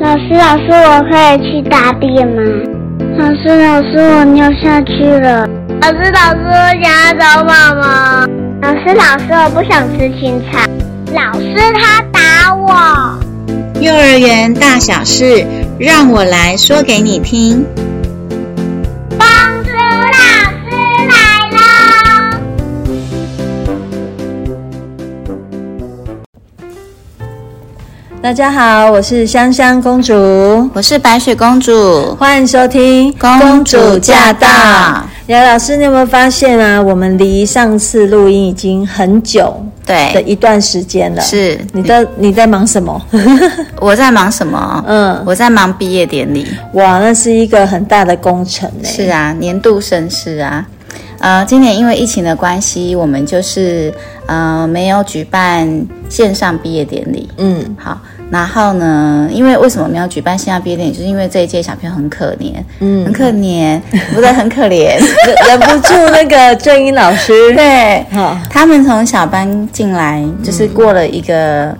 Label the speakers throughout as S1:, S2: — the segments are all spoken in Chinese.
S1: 老师，老师，我可以去大便吗？老师，老师，我尿下去了。老师，老师，我想要找妈妈。老师，老师，我不想吃青菜。老师，他打我。
S2: 幼儿园大小事，让我来说给你听。
S1: 公主老师来了。
S3: 大家好，我是香香公主，
S2: 我是白雪公主，
S3: 欢迎收听《
S2: 公主驾到》。
S3: 杨老师，你有没有发现啊？我们离上次录音已经很久的
S2: 对，
S3: 一段时间了。，
S2: 是
S3: 你在你在忙 什么？
S2: 我在忙什么？
S3: 嗯，
S2: 我在忙毕业典礼。
S3: 哇，那是一个很大的工程呢、
S2: 是啊，年度盛事啊。呃，今年因为疫情的关系，我们就是呃没有举办线上毕业典礼。
S3: 嗯，
S2: 好，然后呢，因为为什么没有举办线上毕业典礼，就是因为这一届小朋友很可怜，嗯，很可怜，不是很可 怜，
S3: 忍忍不住那个正英老 师，哦
S2: 对，
S3: 好，
S2: 他们从小班进来，就是过了一个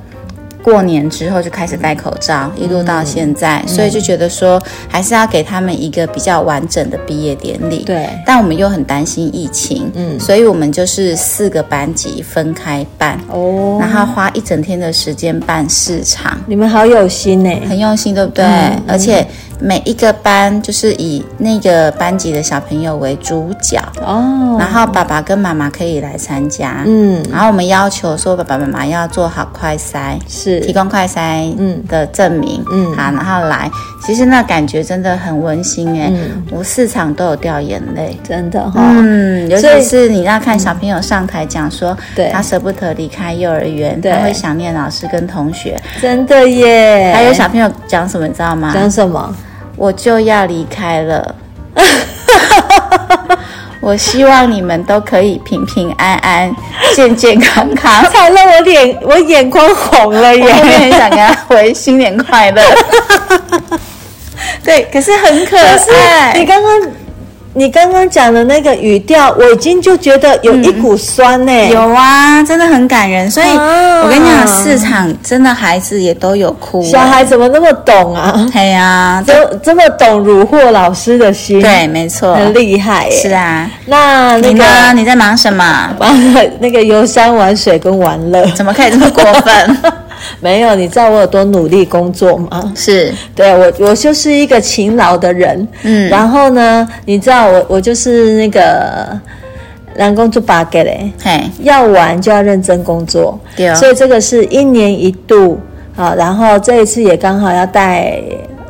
S2: 过年之后就开始戴口罩，
S3: 嗯
S2: 一路到现在，所以就觉得说还是要给他们一个比较完整的毕业典礼。
S3: 对
S2: 但我们又很担心疫情，嗯，所以我们就是四个班级分开办，
S3: 哦，
S2: 然后花一整天的时间办市场。
S3: 你们好有心呢、
S2: 很用心，对不对？
S3: 嗯
S2: 而且每一个班就是以那个班级的小朋友为主角，
S3: 哦，
S2: 然后爸爸跟妈妈可以来参加，
S3: 嗯，
S2: 然后我们要求说，爸爸妈妈要做好快筛，提
S3: 是，
S2: 供快筛
S3: 嗯
S2: 的证明，
S3: 嗯
S2: 好，然后来。其实那感觉真的很温馨哎、
S3: 嗯
S2: 我四场都有掉眼泪。
S3: 真的哈、
S2: 嗯，尤
S3: 所以
S2: 其是你要看小朋友上台讲说，
S3: 对
S2: 他舍不得离开幼儿园，
S3: 对
S2: 他会想念老师跟同学。
S3: 真的耶。
S2: 还有小朋友讲什么，你知道吗？
S3: 讲什么？
S2: 我就要离开 了。我希望你们都可以平平安安、健健康康。
S3: 吵得我脸我眼眶红了
S2: 我后面
S3: 耶。
S2: 很想跟他回新年快 乐。对，可是很可
S3: 可哎是你
S2: 爱。
S3: 刚刚你刚刚讲的那个语调，我已经就觉得有一股酸呢、
S2: 有啊，真的很感人。所以
S3: 啊
S2: 我跟你讲，市场真的孩子也都有哭。
S3: 小孩怎么那么懂啊？
S2: 对呀、啊，
S3: 这这么懂虏获老师的心，，
S2: 对，没错，
S3: 很厉害耶、
S2: 是啊，
S3: 那那
S2: 你呢？
S3: 个
S2: 你在忙什么？
S3: 玩那个游山玩水跟玩乐，
S2: 怎么可以这么过 分？
S3: 没有，你知道我有多努力工作吗？
S2: 是，
S3: 对我，我就是一个勤劳的人。
S2: 嗯
S3: 然后呢，你知道我，我就是那个南宫做八给嘞，
S2: 嘿，
S3: 要玩就要认真工作。
S2: 对哦
S3: 所以这个是一年一度啊。然后这一次也刚好要带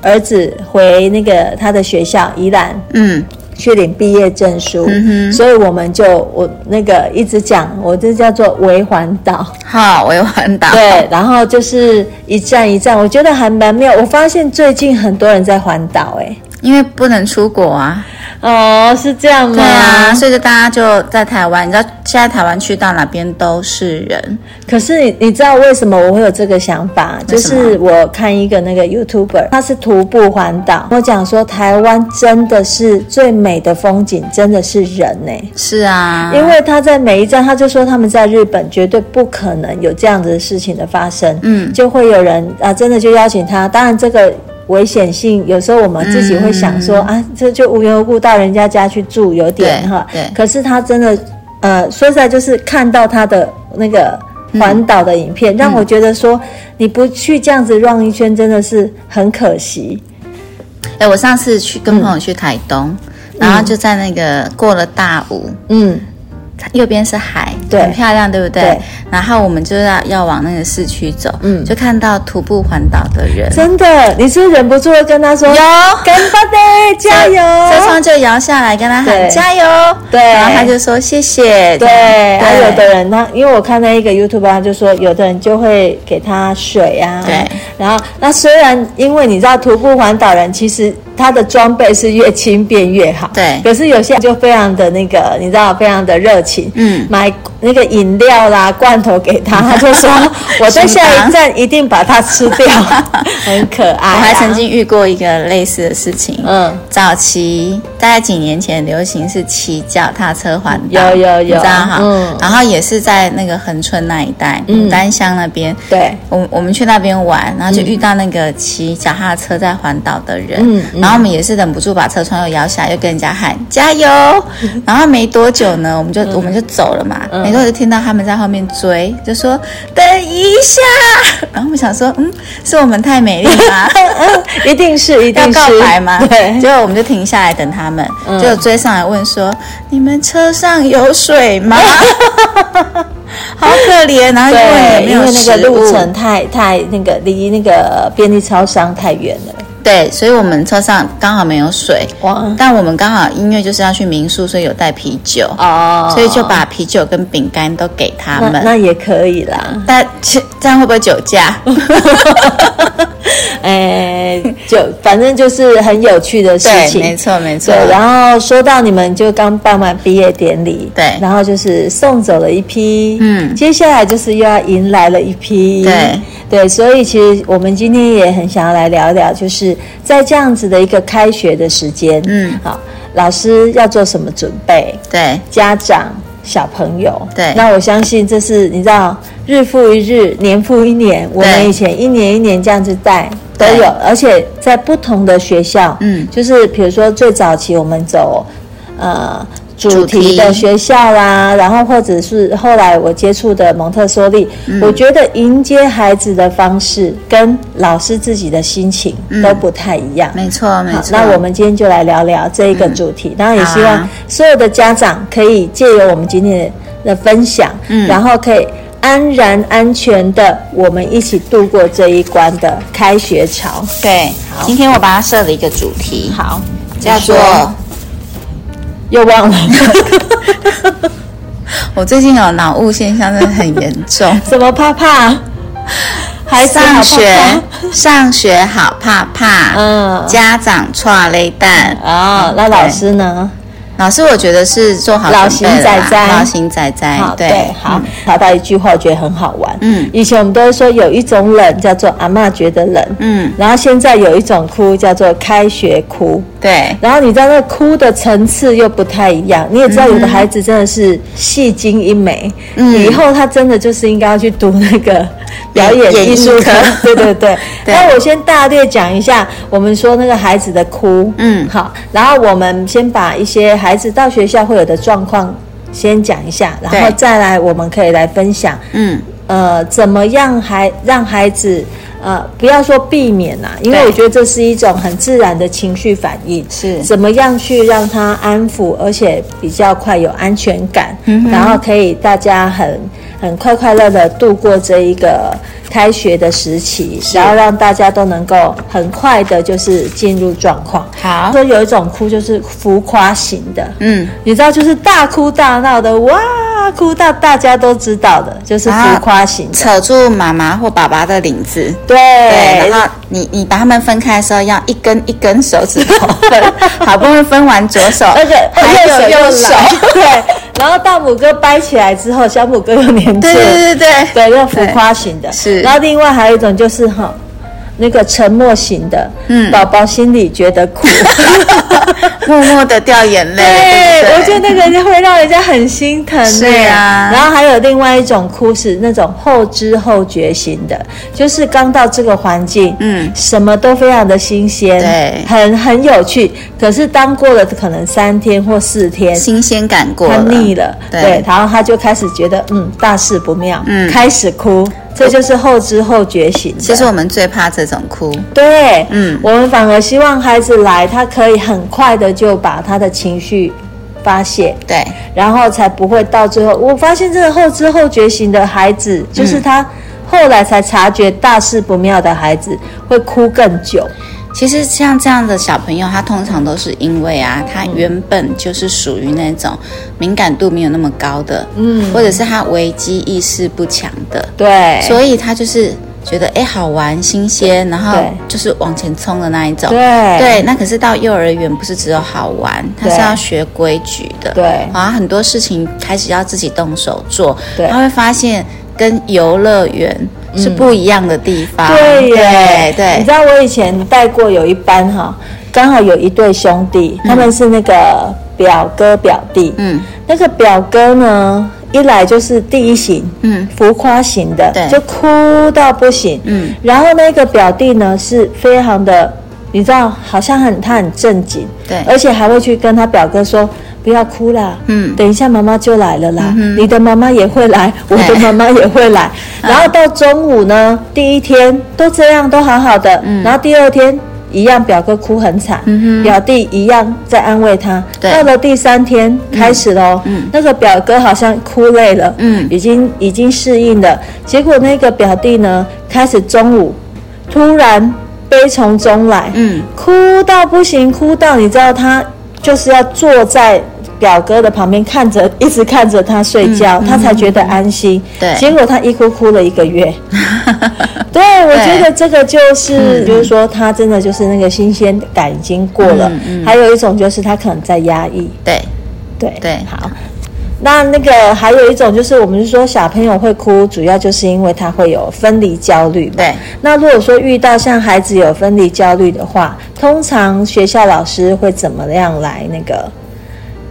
S3: 儿子回那个他的学校宜兰
S2: 嗯，
S3: 去领毕业证书，嗯、所以我们就我那个一直讲，我这叫做围环岛。
S2: 好，我有很打。
S3: 对，然后就是一站一站，我觉得还蛮妙。我发现最近很多人在环岛、欸，
S2: 因为不能出国啊，
S3: 哦，是这样吗？
S2: 对啊，所以就大家就在台湾，你知道现在台湾去到哪边都是人，
S3: 可是你你知道为什么我会有这个想法？就
S2: 为什么
S3: 是我看一个那个 YouTuber，他是徒步环岛，我讲说台湾真的是最美的风景，真的是人呢、欸
S2: 是啊，
S3: 因为他在每一站，他就说他们在日本绝对不可能有这样子的事情的发生，
S2: 嗯
S3: 就会有人啊，真的就邀请他。当然，这个危险性有时候我们自己会想说、啊，这就无缘无故到人家家去住，有点
S2: 嗯对
S3: 哈。
S2: 对
S3: 可是他真的，呃，说实在，就是看到他的那个
S2: 嗯
S3: 环岛的影片，让我觉得说，你不去这样子绕一圈，真的是很可惜。
S2: 哎、我上次去跟
S3: 嗯
S2: 朋友去台东，然后就在那个过了大武，
S3: 嗯，
S2: 右边是海，
S3: 对
S2: 很漂亮，对不对？
S3: 对
S2: 然后我们就要要往那个市区走，
S3: 嗯
S2: 就看到徒步环岛的人，
S3: 真的，你是不是忍不住会跟他说，
S2: 有。
S3: 干巴爹，加油！
S2: 车窗就摇下来，跟他
S3: 对
S2: 喊加油，
S3: 对
S2: 然后他就说谢谢，
S3: 对，
S2: 还
S3: 还、有的人他，因为我看到一个 YouTube，他就说有的人就会给他水啊，
S2: 对，
S3: 然后那虽然因为你知道徒步环岛人其实他的装备是越轻便越好。
S2: 对
S3: 可是有些就非常的那个，你知道，非常的热情，
S2: 嗯
S3: 买那个饮料啦、罐头 给他，他就说我在下一站一定把它吃 掉，很可爱、啊
S2: 我还曾，经遇过一个类似的事情，
S3: 嗯，
S2: 早期大概几年前流行是骑脚踏车环岛，
S3: 有有有
S2: 你知道哈，
S3: 嗯
S2: 然后也是在那个恒春那一带，
S3: 嗯
S2: 牡丹乡那边，
S3: 对，
S2: 我我们去那边玩，然后就遇到那个骑脚踏车在环岛的人，
S3: 嗯嗯
S2: 然后我们也是忍不住把车窗又摇下来，又跟人家喊加油。
S3: 嗯
S2: 然后没多久呢，我们就、我们就走了嘛，没多久就听到他们在后面追，就说等一下。然后我们想说，嗯，是我们太美丽吗？
S3: 一定是，一定
S2: 要
S3: 是
S2: 告白吗？
S3: 对，
S2: 结果我们就停下来等他们，
S3: 嗯
S2: 结果追上来问说：“你们车上有水 吗？” 好可怜，然后因为
S3: 对，
S2: 也没
S3: 因
S2: 有
S3: 为那个
S2: 食物
S3: 路程太太那个离那个便利超商太远了，
S2: 对，所以我们车上刚好没有水，
S3: 哇，
S2: 但我们刚好因为就是要去民宿，所以有带啤酒，
S3: 哦
S2: 所以就把啤酒跟饼干都给他
S3: 那
S2: 们。
S3: 那也可以 啦，
S2: 但这这样会不会酒 驾？
S3: 哎，就反正就是很有趣的事
S2: 对，
S3: 情，
S2: 没错没错
S3: 对。，然后说到你们就刚办完毕业典礼，
S2: 对
S3: 然后就是送走了一批，
S2: 嗯
S3: 接下来就是又要迎来了一批，
S2: 对
S3: 对，所以其实我们今天也很想要来聊聊，就是在这样子的一个开学的时间，
S2: 嗯，
S3: 好，老师要做什么准备？
S2: 对
S3: 家长。小朋友，
S2: 对
S3: 那我相信这是你知道，日复一日，年复一年，我们以前一年一年这样子带都
S2: 对
S3: 有，而且在不同的学校，
S2: 嗯
S3: 就是比如说最早期我们走，呃。主
S2: 主题
S3: 题的学校啦，然后或者是后来我接触的蒙特梭利，
S2: 嗯
S3: 我觉得迎接孩子的方式跟老师自己的心情
S2: 嗯
S3: 都不太一样。
S2: 没错没
S3: 好，
S2: 错。
S3: 那我们今天就来聊聊这一个主题，然后也
S2: 嗯好
S3: 希望
S2: 啊
S3: 所有的家长可以借由我们今天的分享，
S2: 嗯
S3: 然后可以安然安全的我们一起度过这一关的开学潮。
S2: 对，今天我把它设了一个主题，
S3: 好，
S2: 叫做
S3: 又 忘了
S2: 我最近有哦脑雾现象，真的很严
S3: 。
S2: 重
S3: 什么怕怕，孩子好怕怕
S2: 上学，上学好怕怕，
S3: 嗯
S2: 家长错雷蛋
S3: 啊、
S2: 嗯
S3: 那老师呢？
S2: 老师，我觉得是做好
S3: 老
S2: 准备
S3: 型仔
S2: 了啦
S3: 仔
S2: 老型仔仔
S3: 好，，
S2: 哎对，
S3: 好，查到一句话，我觉得很好玩。
S2: 嗯
S3: 以前我们都会说有一种冷叫做阿嬷觉得冷，
S2: 嗯，
S3: 然后现在有一种哭叫做开学哭，
S2: 对，
S3: 然后你知道那哭的层次又不太一样，你也知道有的孩子真的是戏精一枚，
S2: 嗯
S3: 以后他真的就是应该要去读那个表
S2: 演
S3: 演艺
S2: 艺
S3: 术
S2: 科
S3: 科， 对对对。
S2: 对
S3: 那我先大略讲一下，我们说那个孩子的哭，
S2: 嗯
S3: 好，然后我们先把一些孩子到学校会有的状况先讲一下，然后
S2: 对
S3: 再来我们可以来分享，
S2: 嗯，
S3: 呃，怎么样孩让孩子呃不要说避免啦、因为
S2: 对
S3: 我觉得这是一种很自然的情绪反应，
S2: 是
S3: 怎么样去让他安抚，而且比较快有安全感，然后可以大家很很快快乐的度过这一个开学的时期，然后让大家都能够很快的就是进入状况。
S2: 好，
S3: 说有一种哭就是浮夸型的，
S2: 嗯，
S3: 你知道，就是大哭大闹的，哇，哭到大家都知道的，就是
S2: 啊
S3: 浮夸型的。
S2: 扯住妈妈或爸爸的领子，
S3: 对，
S2: 对，然后你你把他们分开的时候，要一根一根手指头分， 好不容易分完左手，
S3: 而且
S2: 还有
S3: 又
S2: 右手，
S3: 来 对，然后大拇哥掰起来之后，小拇哥又粘 住
S2: 对对
S3: 了，
S2: 对对对，
S3: 对，那浮夸型的
S2: 是
S3: 然后另外还有一种就是哈，那个沉默型的，
S2: 嗯
S3: 宝宝心里觉得 苦。
S2: 默默的掉眼泪，对
S3: 我
S2: 不对
S3: 觉得那个会让人家很心疼。
S2: 是啊
S3: 然后还有另外一种哭是那种后知后觉型的，就是刚到这个环境，
S2: 嗯
S3: 什么都非常的新鲜，
S2: 对
S3: 很很有趣。可是当过了可能三天或四天，
S2: 新鲜感过
S3: 他
S2: 了，
S3: 腻了，
S2: 对
S3: 然后他就开始觉得嗯大事不妙，
S2: 嗯
S3: 开始哭，这就是后知后觉型的。
S2: 其实我们最怕这种哭，
S3: 对，
S2: 嗯
S3: 我们反而希望孩子来，他可以很快的就把他的情绪发泄，
S2: 对，
S3: 然后才不会到最后。我发现这个后知后觉型的孩子，就是
S2: 嗯
S3: 他后来才察觉大事不妙的孩子，会哭更久。
S2: 其实像这样的小朋友，他通常都是因为啊，他原本就是属于那种敏感度没有那么高的，嗯，或者是他危机意识不强的，
S3: 对，
S2: 所以他就是觉得哎好玩、新鲜，然后
S3: 对
S2: 就是往前冲的那一种。
S3: 对
S2: 对，那可是到幼儿园不是只有好玩，他是
S3: 对
S2: 要学规矩的。
S3: 对
S2: 然后很多事情开始要自己动手做，
S3: 对
S2: 他会发现跟游乐园是不一样的地方。
S3: 对耶，
S2: 对对
S3: 你知道我以前带过有一班哈，刚好有一对兄弟，他们是那个表哥表弟，
S2: 嗯，
S3: 那个表哥呢，一来就是第一型，
S2: 嗯，
S3: 浮夸型的
S2: 对，
S3: 就哭到不行，
S2: 嗯，
S3: 然后那个表弟呢是非常的，你知道，好像很他很正经，
S2: 对
S3: 而且还会去跟他表哥说。不要哭啦，
S2: 嗯
S3: 等一下妈妈就来了啦，你的妈妈也会来，我的妈妈也会来，
S2: 嗯
S3: 然后到中午呢，第一天都这样，都好好的，
S2: 嗯
S3: 然后第二天一样，表哥哭很惨，表弟一样在安慰他。
S2: 对
S3: 到了第三天开始喽，那个表哥好像哭累了，
S2: 嗯
S3: 已经已经适应了，结果那个表弟呢，开始中午突然悲从中来，
S2: 嗯，
S3: 哭到不行，哭到你知道他就是要坐在表哥的旁边看着，一直看着他睡觉，
S2: 嗯
S3: 他才觉得安心。
S2: 对
S3: 结果他一哭哭了一 个月。对，我觉得这个就是，就是说他真的就是那个新鲜感已经过了。
S2: 嗯
S3: 还有一种就是他可能在压抑。
S2: 对
S3: 对
S2: 对
S3: 好。那那个还有一种就是，我们是说小朋友会哭，主要就是因为他会有分离焦虑嘛。
S2: 对
S3: 那如果说遇到像孩子有分离焦虑的话，通常学校老师会怎么样来那个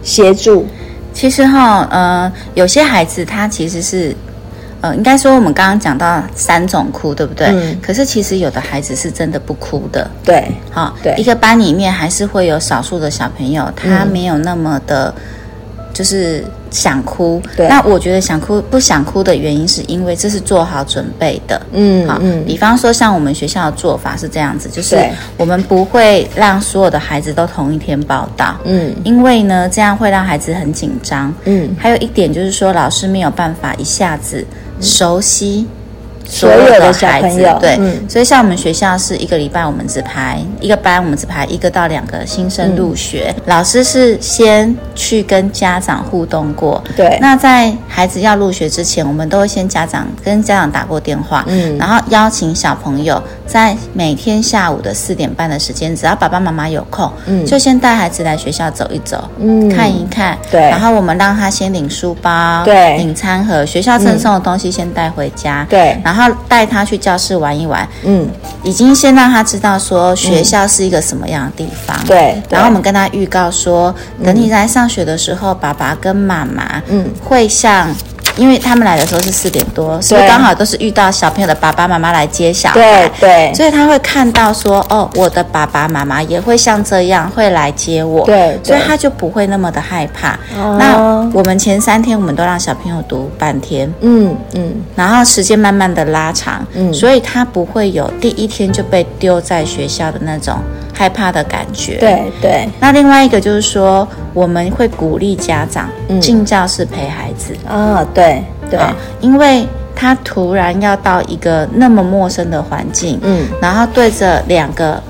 S3: 协助？
S2: 其实哈，呃，有些孩子他其实是，呃，应该说我们刚刚讲到三种哭，对不对？
S3: 嗯
S2: 可是其实有的孩子是真的不哭的，
S3: 对
S2: 哈、
S3: 对
S2: 一个班里面还是会有少数的小朋友，他
S3: 嗯
S2: 没有那么的，就是想哭。
S3: 对
S2: 那我觉得想哭不想哭的原因，是因为这是做好准备的。
S3: 嗯
S2: 好，
S3: 嗯
S2: 比方说像我们学校的做法是这样子，就是
S3: 对
S2: 我们不会让所有的孩子都同一天报到，
S3: 嗯
S2: 因为呢，这样会让孩子很紧张。
S3: 嗯，
S2: 还有一点就是说，老师没有办法一下子熟悉所
S3: 嗯有的小
S2: 孩子
S3: 朋友，
S2: 对，
S3: 嗯
S2: 所以像我们学校是一个礼拜我们只排一个班，我们只排一个到两个新
S3: 嗯
S2: 生入学，老师是先去跟家长互动过。
S3: 对，
S2: 那在孩子要入学之前，我们都会先家长跟家长打过电话，
S3: 嗯
S2: 然后邀请小朋友在每天下午的四点半的时间，只要爸爸妈妈有空，
S3: 嗯
S2: 就先带孩子来学校走一走，
S3: 嗯
S2: 看一看，
S3: 对
S2: 然后我们让他先领书包，
S3: 对嗯
S2: 领餐盒，学校赠送的东西先带回家，
S3: 对
S2: 然后带他去教室玩一玩，
S3: 嗯
S2: 已经先让他知道说学校是一个什么样的地方，
S3: 嗯对，
S2: 然后我
S3: 对
S2: 们跟他预告说，等你来上学的时候，爸爸跟妈妈，
S3: 嗯
S2: 会像，因为他们来的时候是四点多，所以
S3: 对
S2: 刚好都是遇到小朋友的爸爸妈妈来接小孩
S3: 对，对
S2: 所以他会看到说，哦，我的爸爸妈妈也会像这样会来接我，
S3: 对
S2: 所以
S3: 对
S2: 他就不会那么的害怕。
S3: 哦
S2: 那我们前三天我们都让小朋友读半天，
S3: 嗯嗯
S2: 然后时间慢慢的拉长，
S3: 嗯
S2: 所以他不会有第一天就被丢在学校的那种害怕的感觉，
S3: 对对
S2: 那另外一个就是说，我们会鼓励家长
S3: 嗯
S2: 进教室陪孩子，
S3: 啊对对
S2: 啊因为他突然要到一个那么陌生的环境，
S3: 嗯
S2: 然后对着两个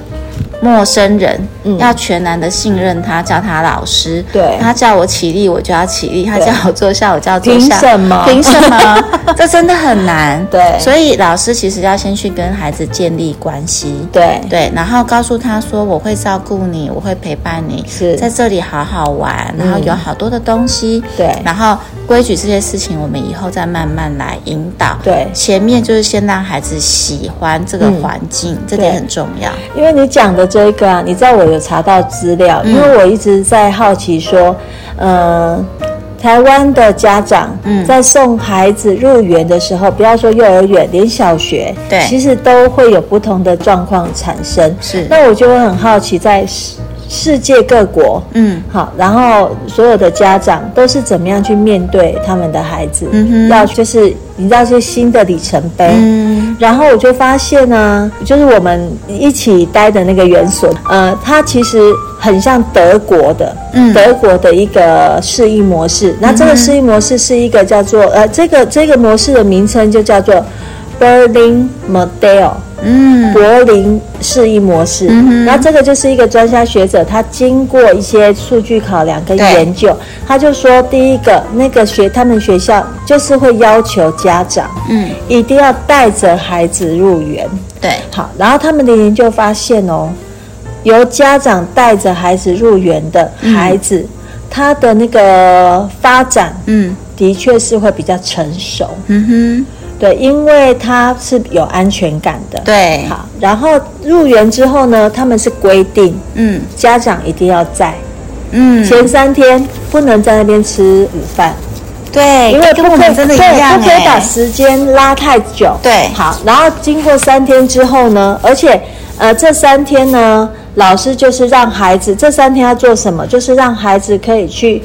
S2: 陌生人，
S3: 嗯
S2: 要全然的信任他，叫他老师，
S3: 对
S2: 他叫我起立我就要起立，他
S3: 对
S2: 叫我坐下我就要坐
S3: 凭
S2: 下，
S3: 什么
S2: 凭什么？ 这真的很难，
S3: 啊对
S2: 所以老师其实要先去跟孩子建立关系，
S3: 对
S2: 对，然后告诉他说我会照顾你，我会陪伴你，
S3: 是嗯
S2: 在这里好好玩，然后有好多的东西，
S3: 对
S2: 然后规矩这些事情我们以后再慢慢来引导，
S3: 对
S2: 前面就是先让孩子喜欢这个
S3: 嗯
S2: 环境，这点
S3: 对
S2: 很重要，
S3: 因为你讲的这个啊，你知道我有查到资料，
S2: 嗯
S3: 因为我一直在好奇说，呃，台湾的家长
S2: 嗯
S3: 在送孩子入园的时候，不要说幼儿园，连小学，
S2: 对
S3: 其实都会有不同的状况产生。
S2: 是，
S3: 那我就会很好奇，在世世界各国，
S2: 嗯，
S3: 好，然后所有的家长都是怎么样去面对他们的孩子，
S2: 嗯哼
S3: 要就是你知道是新的里程碑，
S2: 嗯，
S3: 然后我就发现呢、就是我们一起待的那个园所，呃，它其实很像德国的，
S2: 嗯
S3: 德国的一个适应模式。那这个适应模式是一个叫做呃，这个这个模式的名称就叫做 Berlin Model。
S2: 嗯
S3: 柏林示意模式，然后这个就是一个专家学者，他经过一些数据考量跟
S2: 对
S3: 研究，他就说，第一个，那个学他们学校就是会要求家长
S2: 嗯，
S3: 一定要带着孩子入园，
S2: 对，
S3: 好，然后他们的研究发现哦，由家长带着孩子入园的孩子，他的那个发展
S2: 嗯
S3: 的确是会比较成熟，
S2: 嗯
S3: 对，因为他是有安全感的
S2: 哼，。对，
S3: 好，然后入园之后呢，他们是规定
S2: 嗯
S3: 家长一定要在、
S2: 嗯，
S3: 前三天不能在那边吃午饭，
S2: 对，
S3: 因为
S2: 哎跟
S3: 不
S2: 我
S3: 可
S2: 们
S3: 以
S2: 真的一
S3: 对
S2: 样
S3: 不可以把
S2: 哎，
S3: 时间拉太久。
S2: 对
S3: 好，然后经过三天之后呢，而且呃这三天呢，老师就是让孩子这三天要做什么，就是让孩子可以去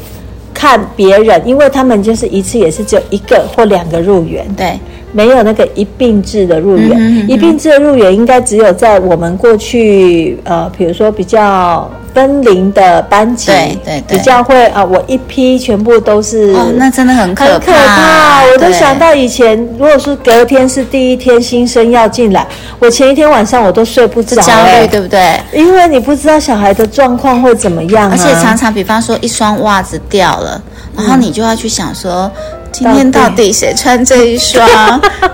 S3: 看别人，因为他们就是一次也是只有一个或两个入园。
S2: 对，
S3: 没有那个一并制的入园，
S2: 嗯哼嗯哼
S3: 一并制的入园应该只有在我们过去呃，比如说比较分龄的班级，
S2: 对对对
S3: 比较会啊、呃我一批全部都是，
S2: 哦，那真的很
S3: 嗯很
S2: 可
S3: 可怕，我都
S2: 对
S3: 想到以前，如果是隔天是第一天新生要进来，我前一天晚上我都睡不
S2: 这
S3: 着、
S2: 焦虑，
S3: 欸，
S2: 对不对？
S3: 因为你不知道小孩的状况会怎么样、啊，嗯
S2: 而且常常，比方说一双袜子掉了，然后你就要去想说，今天到底谁穿这一 双？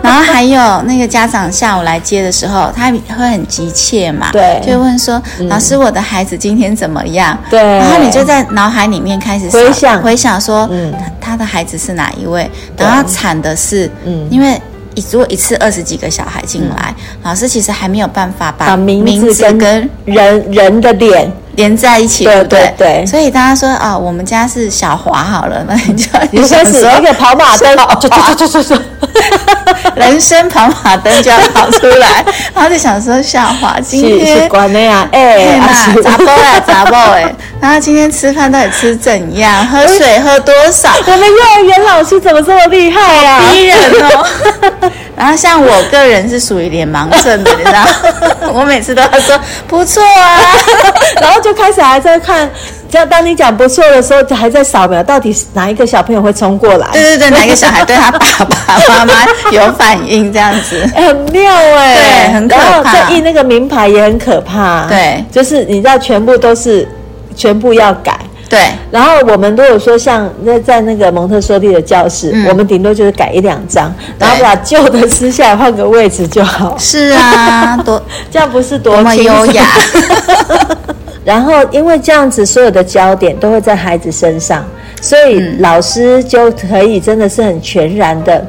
S2: 然后还有那个家长下午来接的时候，他会很急切嘛，
S3: 对嗯
S2: 就会问说，老师，我的孩子今天怎么样？
S3: 对
S2: 然后你就在脑海里面开始
S3: 回想
S2: 回想说，
S3: 嗯
S2: 他他的孩子是哪一位？
S3: 对
S2: 然后惨的是，
S3: 嗯
S2: 因为。如果一次二十几个小孩进来，老师其实还没有办法把
S3: 把名字
S2: 名字
S3: 跟
S2: 跟
S3: 人人的脸，
S2: 连在一起，
S3: 对
S2: 不
S3: 对对
S2: 所以大家说啊、我们家是小华好了，那你就
S3: 你
S2: 要
S3: 开
S2: 想
S3: 始
S2: 说
S3: 那个跑马灯，
S2: 哦
S3: 就就 就就就。
S2: 人生跑马灯就要跑出来， 然后就想说小华今
S3: 是
S2: 天
S3: 是。关的呀，哎、
S2: 天
S3: 啊
S2: 呐，
S3: 是
S2: 杂包哎，杂包哎！然后今天吃饭到底吃怎样？喝水喝多 少？
S3: 我们幼儿园老师怎么这么厉害呀、啊？
S2: 逼人 哦。然后像我个人是属于脸盲症的，你知 道？我每次都要说不错啊，
S3: 然后就开始还在看，这样当你讲不错的时候，还在扫描到底是哪一个小朋友会冲过来，
S2: 对对对，哪个小孩对他爸爸妈妈有反应这样子？
S3: 哎很妙哎、
S2: 对很可怕
S3: 然后再印那个名牌也很可怕，
S2: 对
S3: 就是你知道全部都是全部要改。
S2: 对，
S3: 然后我们如果说像在在那个蒙特梭利的教室，
S2: 嗯
S3: 我们顶多就是改一两张，
S2: 对
S3: 然后把旧的撕下来换个位置就好，
S2: 是 啊，多
S3: 这样不是多
S2: 多么
S3: 轻
S2: 优
S3: 松
S2: 雅，
S3: 然后因为这样子，所有的焦点都会在孩子身上，所
S2: 嗯
S3: 以老师就可以真的是很全然的，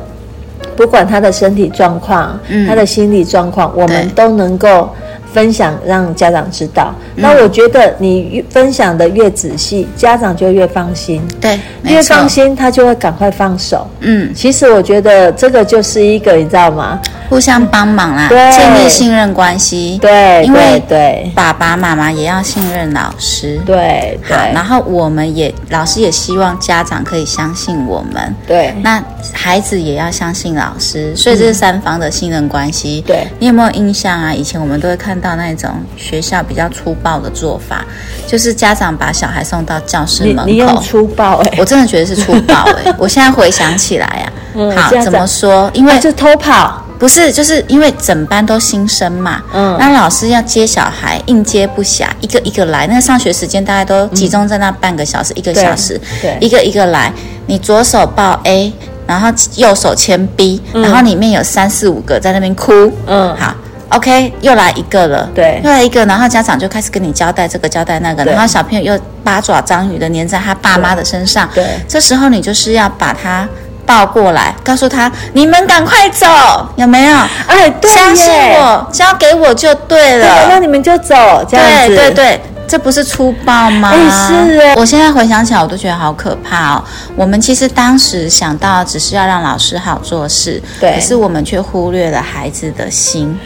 S3: 不管他的身体状况、
S2: 嗯
S3: 他的心理状况，我们
S2: 对
S3: 都能够分享让家长知道。
S2: 嗯
S3: 那我觉得你越分享的越仔细，家长就越放心，
S2: 对，
S3: 越
S2: 没错
S3: 放，心他就会赶快放手。
S2: 嗯，
S3: 其实我觉得这个就是一个，你知道吗？
S2: 互相帮忙啦，
S3: 对
S2: 建立信任关系，
S3: 对，
S2: 因为
S3: 对
S2: 爸爸妈妈也要信任老师，
S3: 对对
S2: 好，
S3: 对
S2: 然后我们也老师也希望家长可以相信我们，
S3: 对
S2: 那孩子也要相信老师，所以这是三方的信任关系。
S3: 嗯对
S2: 你有没有印象啊？以前我们都会看到那种学校比较粗暴的做法，就是家长把小孩送到教室
S3: 你
S2: 门口，
S3: 你用粗暴哎、
S2: 我真的觉得是粗暴哎、 我现在回想起来呀、
S3: 嗯
S2: 好
S3: 这样子
S2: 怎么说？因为、
S3: 啊就偷跑。
S2: 不是就是因为整班都新生嘛，
S3: 嗯
S2: 那老师要接小孩，应接不暇，一个一个来。那个上学时间大概都集中在那半个小时、一个小时，
S3: 嗯对
S2: 一个一个来。你左手抱 A，然后右手牵 B，、然后里面有三四五个在那边哭，
S3: 嗯
S2: 好。OK，又来一个了，
S3: 对
S2: 又来一个，然后家长就开始跟你交代这个交代那个，
S3: 对
S2: 然后小朋友又八爪章鱼的粘在他爸妈的身上，
S3: 对对
S2: 这时候你就是要把他抱过来，告诉他你们赶快走，有没有？
S3: 哎，对耶
S2: 相信，我，交给我就对
S3: 对，那
S2: 了。
S3: 你们就走，这样
S2: 对
S3: 子，
S2: 对对，这不是粗暴吗？
S3: 哎是哎
S2: 我现在回想起来，我都觉得好可怕哦。我们其实当时想到只是要让老师好做事，
S3: 对
S2: 可是我们却忽略了孩子的心。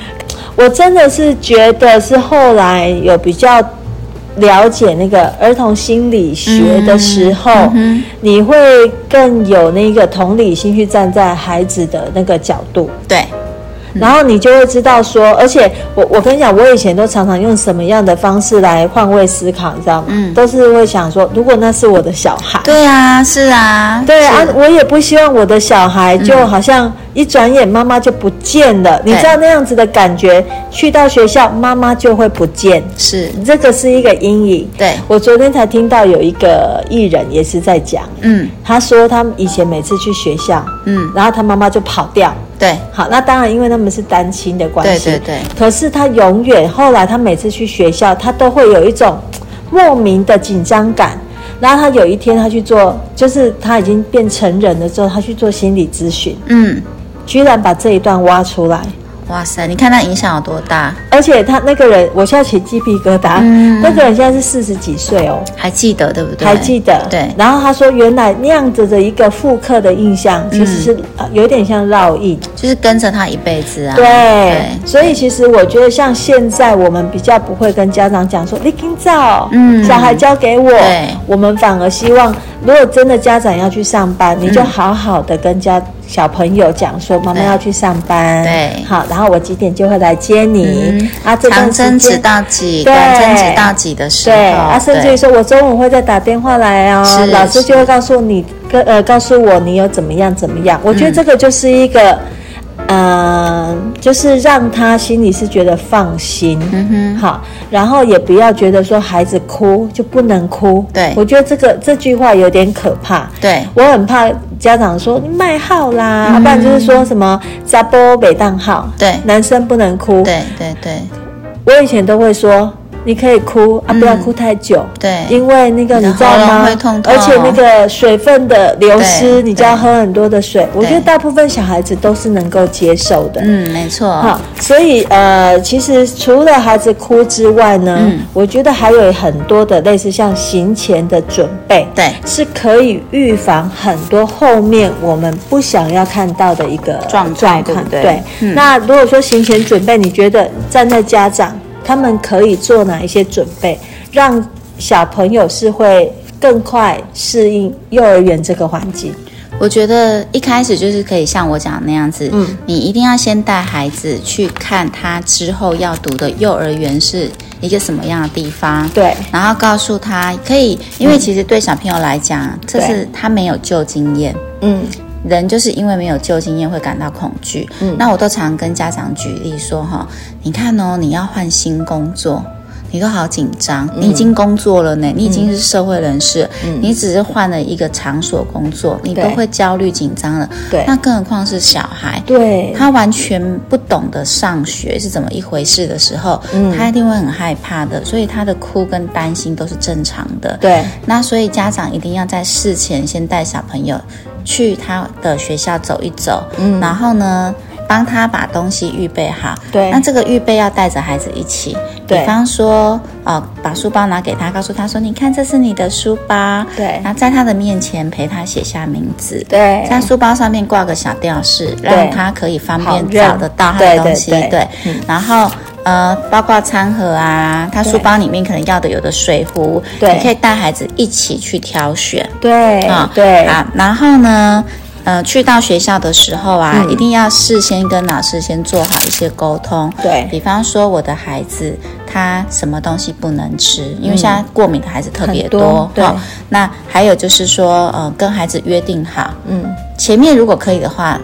S3: 我真的是觉得是后来有比较了解那个儿童心理学的时候，
S2: 嗯
S3: 你会更有那个同理心去站在孩子的那个角度。
S2: 对
S3: 然后你就会知道说，而且我我跟你讲，我以前都常常用什么样的方式来换位思考，你知道吗？
S2: 嗯
S3: 都是会想说，如果那是我的小孩，
S2: 对啊，是啊，
S3: 对啊
S2: 是，嗯
S3: 我也不希望我的小孩就好像一转眼妈妈就不见了，你
S2: 对
S3: 知道那样子的感觉，去到学校妈妈就会不见，
S2: 是，
S3: 这个是一个阴影。
S2: 对
S3: 我昨天才听到有一个艺人也是在讲，
S2: 嗯
S3: 他说他以前每次去学校，
S2: 嗯，
S3: 然后他妈妈就跑掉。
S2: 对
S3: 好，那当然，因为他们是单亲的关
S2: 对
S3: 系，
S2: 对对，
S3: 可是他永远后来，他每次去学校，他都会有一种嘖莫名的紧张感。然后他有一天，他去做，就是他已经变成人了之后，他去做心理咨询，
S2: 嗯，
S3: 居然把这一段挖出来。
S2: 哇塞，你看它影响有多大，
S3: 而且他那个人，我现在起鸡皮疙瘩。
S2: 嗯
S3: 那个人现在是四十几岁哦，
S2: 还记得对不对？
S3: 还记得。
S2: 对，
S3: 然后他说，原来那样子的一个复刻的印象，其实是呃
S2: 嗯
S3: 有点像烙印。
S2: 就是跟着它一辈子啊。
S3: 对，所以其实我觉得，像现在我们比较不会跟家长讲说“你今早，
S2: 嗯
S3: 小孩交给我
S2: 对”，
S3: 我们反而希望，如果真的家长要去上班，你就好好的跟家小朋友讲说，妈妈
S2: 对
S3: 要去上班，
S2: 对
S3: 好，然后我几点就会来接你
S2: 嗯，
S3: 啊，这
S2: 长
S3: 段时
S2: 争执
S3: 间。
S2: 到几，
S3: 对
S2: 短争执到几的时候，
S3: 对啊，甚至于
S2: 对
S3: 说，我中午会再打电话来哦
S2: 是，
S3: 老师
S2: 是
S3: 就会告诉你，跟呃告诉我你有怎么样怎么样。我觉得
S2: 嗯
S3: 这个就是一个，呃，就是让他心里是觉得放心，
S2: 嗯
S3: 好，然后也不要觉得说孩子哭就不能哭。
S2: 对
S3: 我觉得这个这句话有点可怕。
S2: 对嗯
S3: 我很怕家长说你卖号啦，啊不然就是说什么扎波北当号，
S2: 对
S3: 男生不能哭。
S2: 对对对
S3: 我以前都会说，你可以哭啊，不要
S2: 嗯
S3: 哭太久。
S2: 对，
S3: 因为那个
S2: 你的
S3: 你知道
S2: 喉咙
S3: 吗？
S2: 会痛痛
S3: 而且那个水分的流失，
S2: 对
S3: 你就要喝很多的水。我觉得
S2: 对
S3: 大部分小孩子都是能够接受的。
S2: 嗯，没错
S3: 好，，所以呃，其实除了孩子哭之外呢，
S2: 嗯
S3: 我觉得还有很多的类似像行前的准备，
S2: 对，
S3: 是可以预防很多后面我们不想要看到的一个
S2: 状态对不对
S3: 对
S2: 嗯
S3: 那如果说行前准备，你觉得站在家长他们可以做哪一些准备，让小朋友是会更快适应幼儿园这个环境？
S2: 我觉得一开始就是可以像我讲的那样子，
S3: 嗯
S2: 你一定要先带孩子去看他之后要读的幼儿园是一个什么样的地方，
S3: 对嗯
S2: 然后告诉他可以，因为其实对小朋友来讲，这是他没有旧经验。
S3: 嗯，
S2: 人就是因为没有旧经验会感到恐惧。
S3: 嗯
S2: 那我都常跟家长举例说哈，你看哦，你要换新工作。你都好紧张，
S3: 嗯
S2: 你已经工作了呢，你已经是社会人士，你只是换了一个场所工作，你都
S3: 对
S2: 会焦虑紧张了。
S3: 对
S2: 那更何况是小孩，
S3: 对，
S2: 他完全不懂得上学是怎么一回事的时候，
S3: 嗯
S2: 他一定会很害怕的，所以他的哭跟担心都是正常的。
S3: 对，
S2: 那所以家长一定要在事前先带小朋友去他的学校走一走，
S3: 嗯
S2: 然后呢，帮他把东西预备好。
S3: 对
S2: 那这个预备要带着孩子一起，比
S3: 对
S2: 方说，呃，把书包拿给他，告诉他说：“你看，这是你的书包。”
S3: 对
S2: 然后在他的面前陪他写下名字。
S3: 对
S2: 在书包上面挂个小吊饰，让他可以方
S3: 好
S2: 便
S3: 认
S2: 找得到他
S3: 对
S2: 的东
S3: 对
S2: 西。
S3: 对嗯
S2: 然后呃，包括餐盒啊，他
S3: 对
S2: 书包里面可能要的有的水壶，
S3: 对
S2: 你可以带孩子一起去挑选
S3: 对，
S2: 啊。
S3: 对，
S2: 啊，然后呢？呃，去到学校的时候啊，
S3: 嗯
S2: 一定要事先跟老师先做好一些沟通。
S3: 对
S2: 比方说我的孩子他什么东西不能吃，因为现在过敏的孩子特别
S3: 嗯很多对
S2: 哈那还有就是说，呃，跟孩子约定好，
S3: 嗯，
S2: 前面如果可以的话，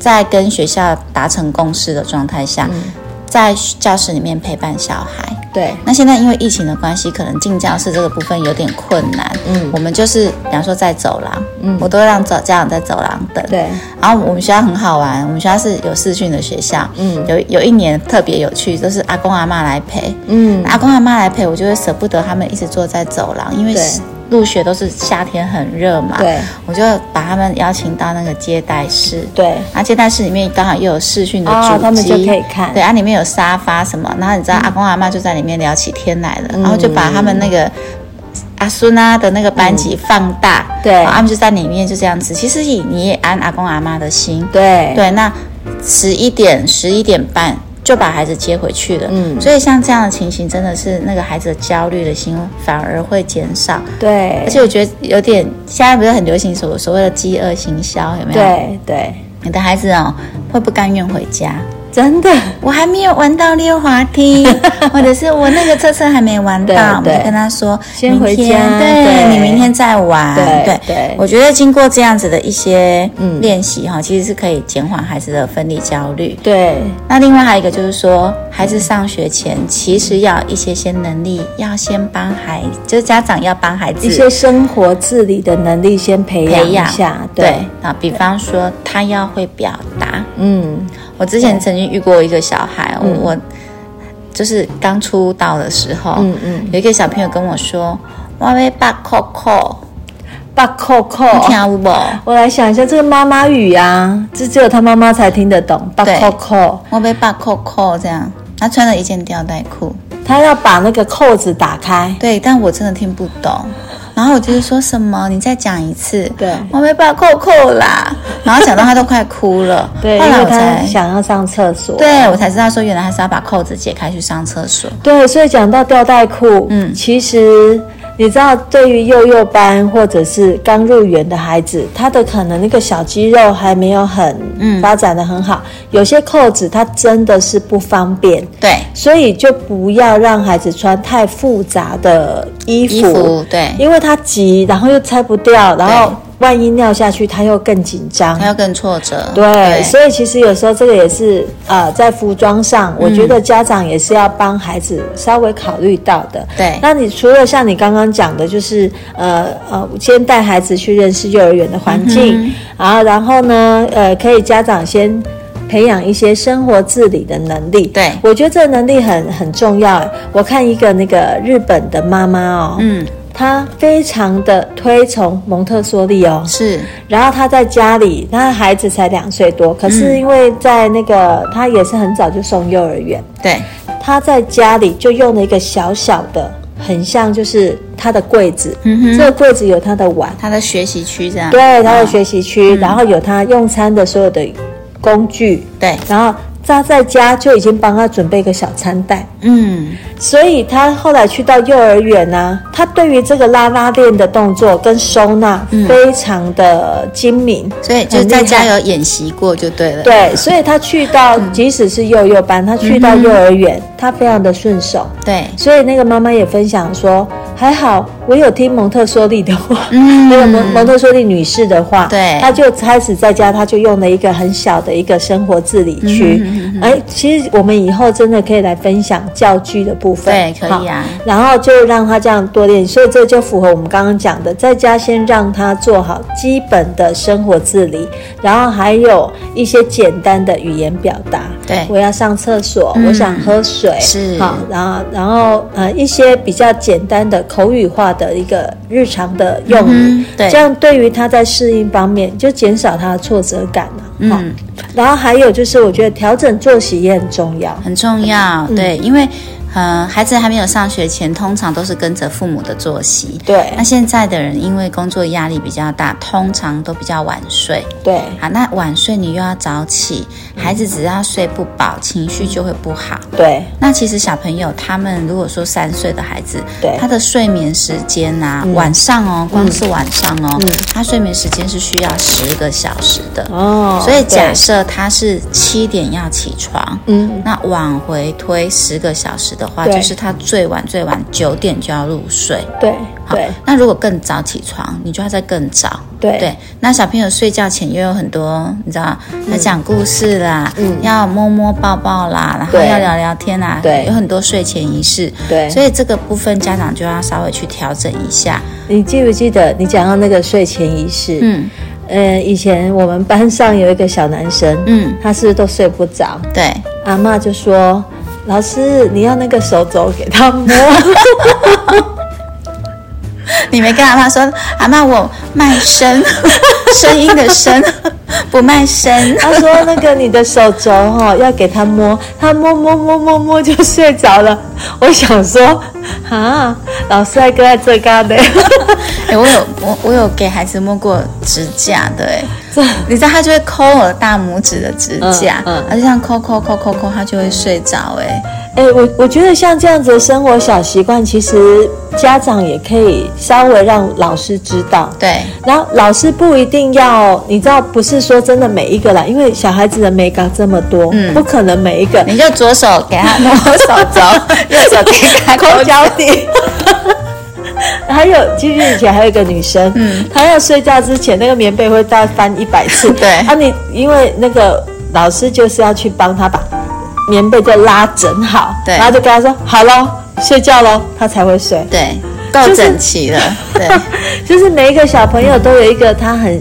S2: 在跟学校达成共识的状态下，
S3: 嗯
S2: 在教室里面陪伴小孩。
S3: 对，
S2: 那现在因为疫情的关系，可能进教室这个部分有点困难。
S3: 嗯
S2: 我们就是，比方说在走廊，
S3: 嗯
S2: 我都会让家长在走廊等。
S3: 对，
S2: 然后我们学校很好玩，我们学校是有视讯的学校。
S3: 嗯
S2: 有有一年特别有趣，都是阿公阿妈来陪。
S3: 嗯，
S2: 阿公阿妈来陪我，就会舍不得他们一直坐在走廊，因为
S3: 对
S2: 入学都是夏天很热嘛。
S3: 对，
S2: 我就把他们邀请到那个接待室。
S3: 对，
S2: 啊，接待室里面刚好又有视讯的主机、
S3: 哦他们就可以看
S2: 对，啊，里面有沙发什么，然后你知道阿公阿妈就在里面聊起天来了，
S3: 嗯
S2: 然后就把他们那个阿孙啊的那个班级放大，
S3: 嗯对
S2: 然后他们就在里面就这样子。其实你你也安阿公阿妈的心，
S3: 对，
S2: 对，那十一点、十一点半就把孩子接回去了。
S3: 嗯
S2: 所以像这样的情形，真的是那个孩子的焦虑的心反而会减少。
S3: 对
S2: 而，且我觉得有点，现在不是很流行所所谓的饥饿行销，有没有？，
S3: 对，对，
S2: 你的孩子哦会不甘愿回家，
S3: 真的，
S2: 我还没有玩到溜滑 梯，或者是我那个车车还没玩
S3: 对
S2: 到，我
S3: 对
S2: 们跟他说
S3: 先
S2: 明
S3: 回
S2: 天
S3: 家
S2: 对
S3: 对
S2: 你明天再玩，
S3: 对对
S2: 我觉得经过这样子的一些
S3: 嗯
S2: 练习哈，其实是可以减缓孩子的分离焦虑。
S3: 对，
S2: 那另外还有一个就是说，孩子上学前其实要有一些些能力，要先帮孩，就是家长要帮孩子
S3: 一些生活自理的能力先培养
S2: 培
S3: 一
S2: 养
S3: 下，
S2: 对，那比方说他要会表达。
S3: 嗯，
S2: 我之前曾经遇过一个小孩，我我就是刚出道的时候，
S3: 嗯嗯
S2: 有一个小朋友跟我说：“我要把扣扣，
S3: 把扣扣。
S2: 你听有无？
S3: 我来想一下，这个妈妈语啊，这只有她妈妈才听得懂。把
S2: 对
S3: 扣扣，
S2: 我要把扣扣这样。”他穿了一件吊带裤，
S3: 她要把那个扣子打开。
S2: 对，但我真的听不懂。然后我就是说什么，你再讲一次。
S3: 对
S2: 我没把扣扣啦。然后讲到他都快哭了。
S3: 对，因
S2: 后来我
S3: 为她
S2: 才，
S3: 想要上厕所。
S2: 对我才知道说，原来他是要把扣子解开去上厕所。
S3: 对，所以讲到吊带裤，
S2: 嗯
S3: 其实你知道，对于幼幼班或者是刚入园的孩子，他的可能那个小肌肉还没有很
S2: 嗯
S3: 发展的很好，有些扣子它真的是不方便。
S2: 对，
S3: 所以就不要让孩子穿太复杂的衣服，
S2: 衣服对，
S3: 因为他急，然后又拆不掉，然后万一尿下去，他又更紧张
S2: 他。要更挫折。
S3: 对，所以其实有时候这个也是呃，在服装上，我觉
S2: 嗯
S3: 得家长也是要帮孩子稍微考虑到的。
S2: 对
S3: 那你除了像你刚刚讲的，就是呃呃，先带孩子去认识幼儿园的环境，
S2: 嗯
S3: 然后然后呢，呃，可以家长先。培养一些生活自理的能力，
S2: 对
S3: 我觉得这个能力很很重要。欸我看一个那个日本的妈妈哦，
S2: 嗯，
S3: 她非常的推崇蒙特梭利哦，
S2: 是，
S3: 然后他在家里，他孩子才两岁多，可是因为在那个他也是很早就送幼儿园，
S2: 对，
S3: 他在家里就用了一个小小的，很像就是他的柜子，
S2: 嗯哼
S3: 这个柜子有他的碗，
S2: 他的学习区这样。
S3: 对，他的
S2: 嗯
S3: 学习区，然后有他用餐的所有的工具，
S2: 对，
S3: 然后他在家就已经帮他准备一个小餐袋，
S2: 嗯，
S3: 所以他后来去到幼儿园呢、他对于这个拉拉链的动作跟收纳非常的精明。
S2: 所以就
S3: 很厉
S2: 在
S3: 害
S2: 家有演习过就对了。，
S3: 对，所以他去到，即使是幼幼班，他去到幼儿园，他非常的顺手。
S2: 对，
S3: 所以那个妈妈也分享说，还好我有听蒙特梭利的话，那个蒙蒙特梭利女士的话，
S2: 嗯对
S3: 她就开始在家，她就用了一个很小的一个生活自理
S2: 嗯
S3: 区。哎、其实我们以后真的可以来分享教具的部分，
S2: 对可以啊
S3: 好。然后就让她这样多练，所以这就符合我们刚刚讲的，在家先让她做好基本的生活自理，然后还有一些简单的语言表达。
S2: 对
S3: 我要上厕所，
S2: 嗯
S3: 我想喝水，
S2: 是
S3: 好，然后然后呃一些比较简单的口语化的一个日常的用语，
S2: 嗯哼对
S3: 这样对于他在适应方面就减少他的挫折感了、哈
S2: 嗯，
S3: 然后还有就是，我觉得调整作息也很重要。
S2: 很重要。对，因为呃，孩子还没有上学前，通常都是跟着父母的作息。
S3: 对
S2: 那现在的人因为工作压力比较大，通常都比较晚睡。
S3: 对
S2: 啊，那晚睡你又要早起，孩子只要睡不饱，情绪就会不好。
S3: 对
S2: 那其实小朋友他们如果说三岁的孩子，
S3: 对
S2: 他的睡眠时间呐、晚上哦，光是晚上哦，他睡眠时间是需要十个小时的。
S3: 哦
S2: 所以假
S3: 对
S2: 设他是七点要起床，
S3: 嗯
S2: 那往回推十个小时的话，
S3: 对
S2: 就是他最晚最晚九点就要入睡。
S3: 对
S2: 好
S3: 对，
S2: 那如果更早起床，你就要再更早。
S3: 对
S2: 那小朋友睡觉前又有很多，你知道，要讲故事啦，
S3: 嗯
S2: 要摸摸抱抱啦，然后
S3: 对
S2: 要聊聊天啦，
S3: 对
S2: 有很多睡前仪式。
S3: 对
S2: 所以这个部分家长就要稍微去调整一下。
S3: 你记不记得你讲到那个睡前仪式？
S2: 嗯
S3: 呃，以前我们班上有一个小男生，
S2: 嗯，
S3: 他是不是都睡不着？
S2: 对，
S3: 阿嬷就说：“老师，你要那个手肘给他摸。
S2: 你没跟阿妈说，阿妈我卖 身，声音的声，不卖身”。
S3: 他说：“那个你的手肘哦，要给他摸，他摸摸摸摸摸就睡着了。”我想说：“啊，老师还跟在这干呢。
S2: 哎、我有我我有给孩子摸过指甲的、哎，
S3: 这
S2: 你知道他就会抠我的大拇指的指甲，
S3: 嗯嗯
S2: 他就这样抠抠抠抠抠，他就会睡着、哎，”
S3: 哎、我我觉得像这样子的生活小习惯，其实家长也可以稍微让老师知道。
S2: 对
S3: 然后老师不一定要，你知道，不是是说真的每一个啦，因为小孩子的美感这么多，
S2: 嗯
S3: 不可能每一个
S2: 你就左手给他摸手 肘，右手给 他抠
S3: 抠脚底。 还有，其实以前还有一个女生，
S2: 嗯
S3: 她要睡觉之前，那个棉被会大翻一百次。
S2: 对
S3: 啊你，因为那个老师就是要去帮她把棉被再拉整好，
S2: 对
S3: 然后就跟她说好咯，睡觉咯，她才会睡。
S2: 对，够
S3: 就是
S2: 整齐了，对，
S3: 就是每一个小朋友都有一个他很，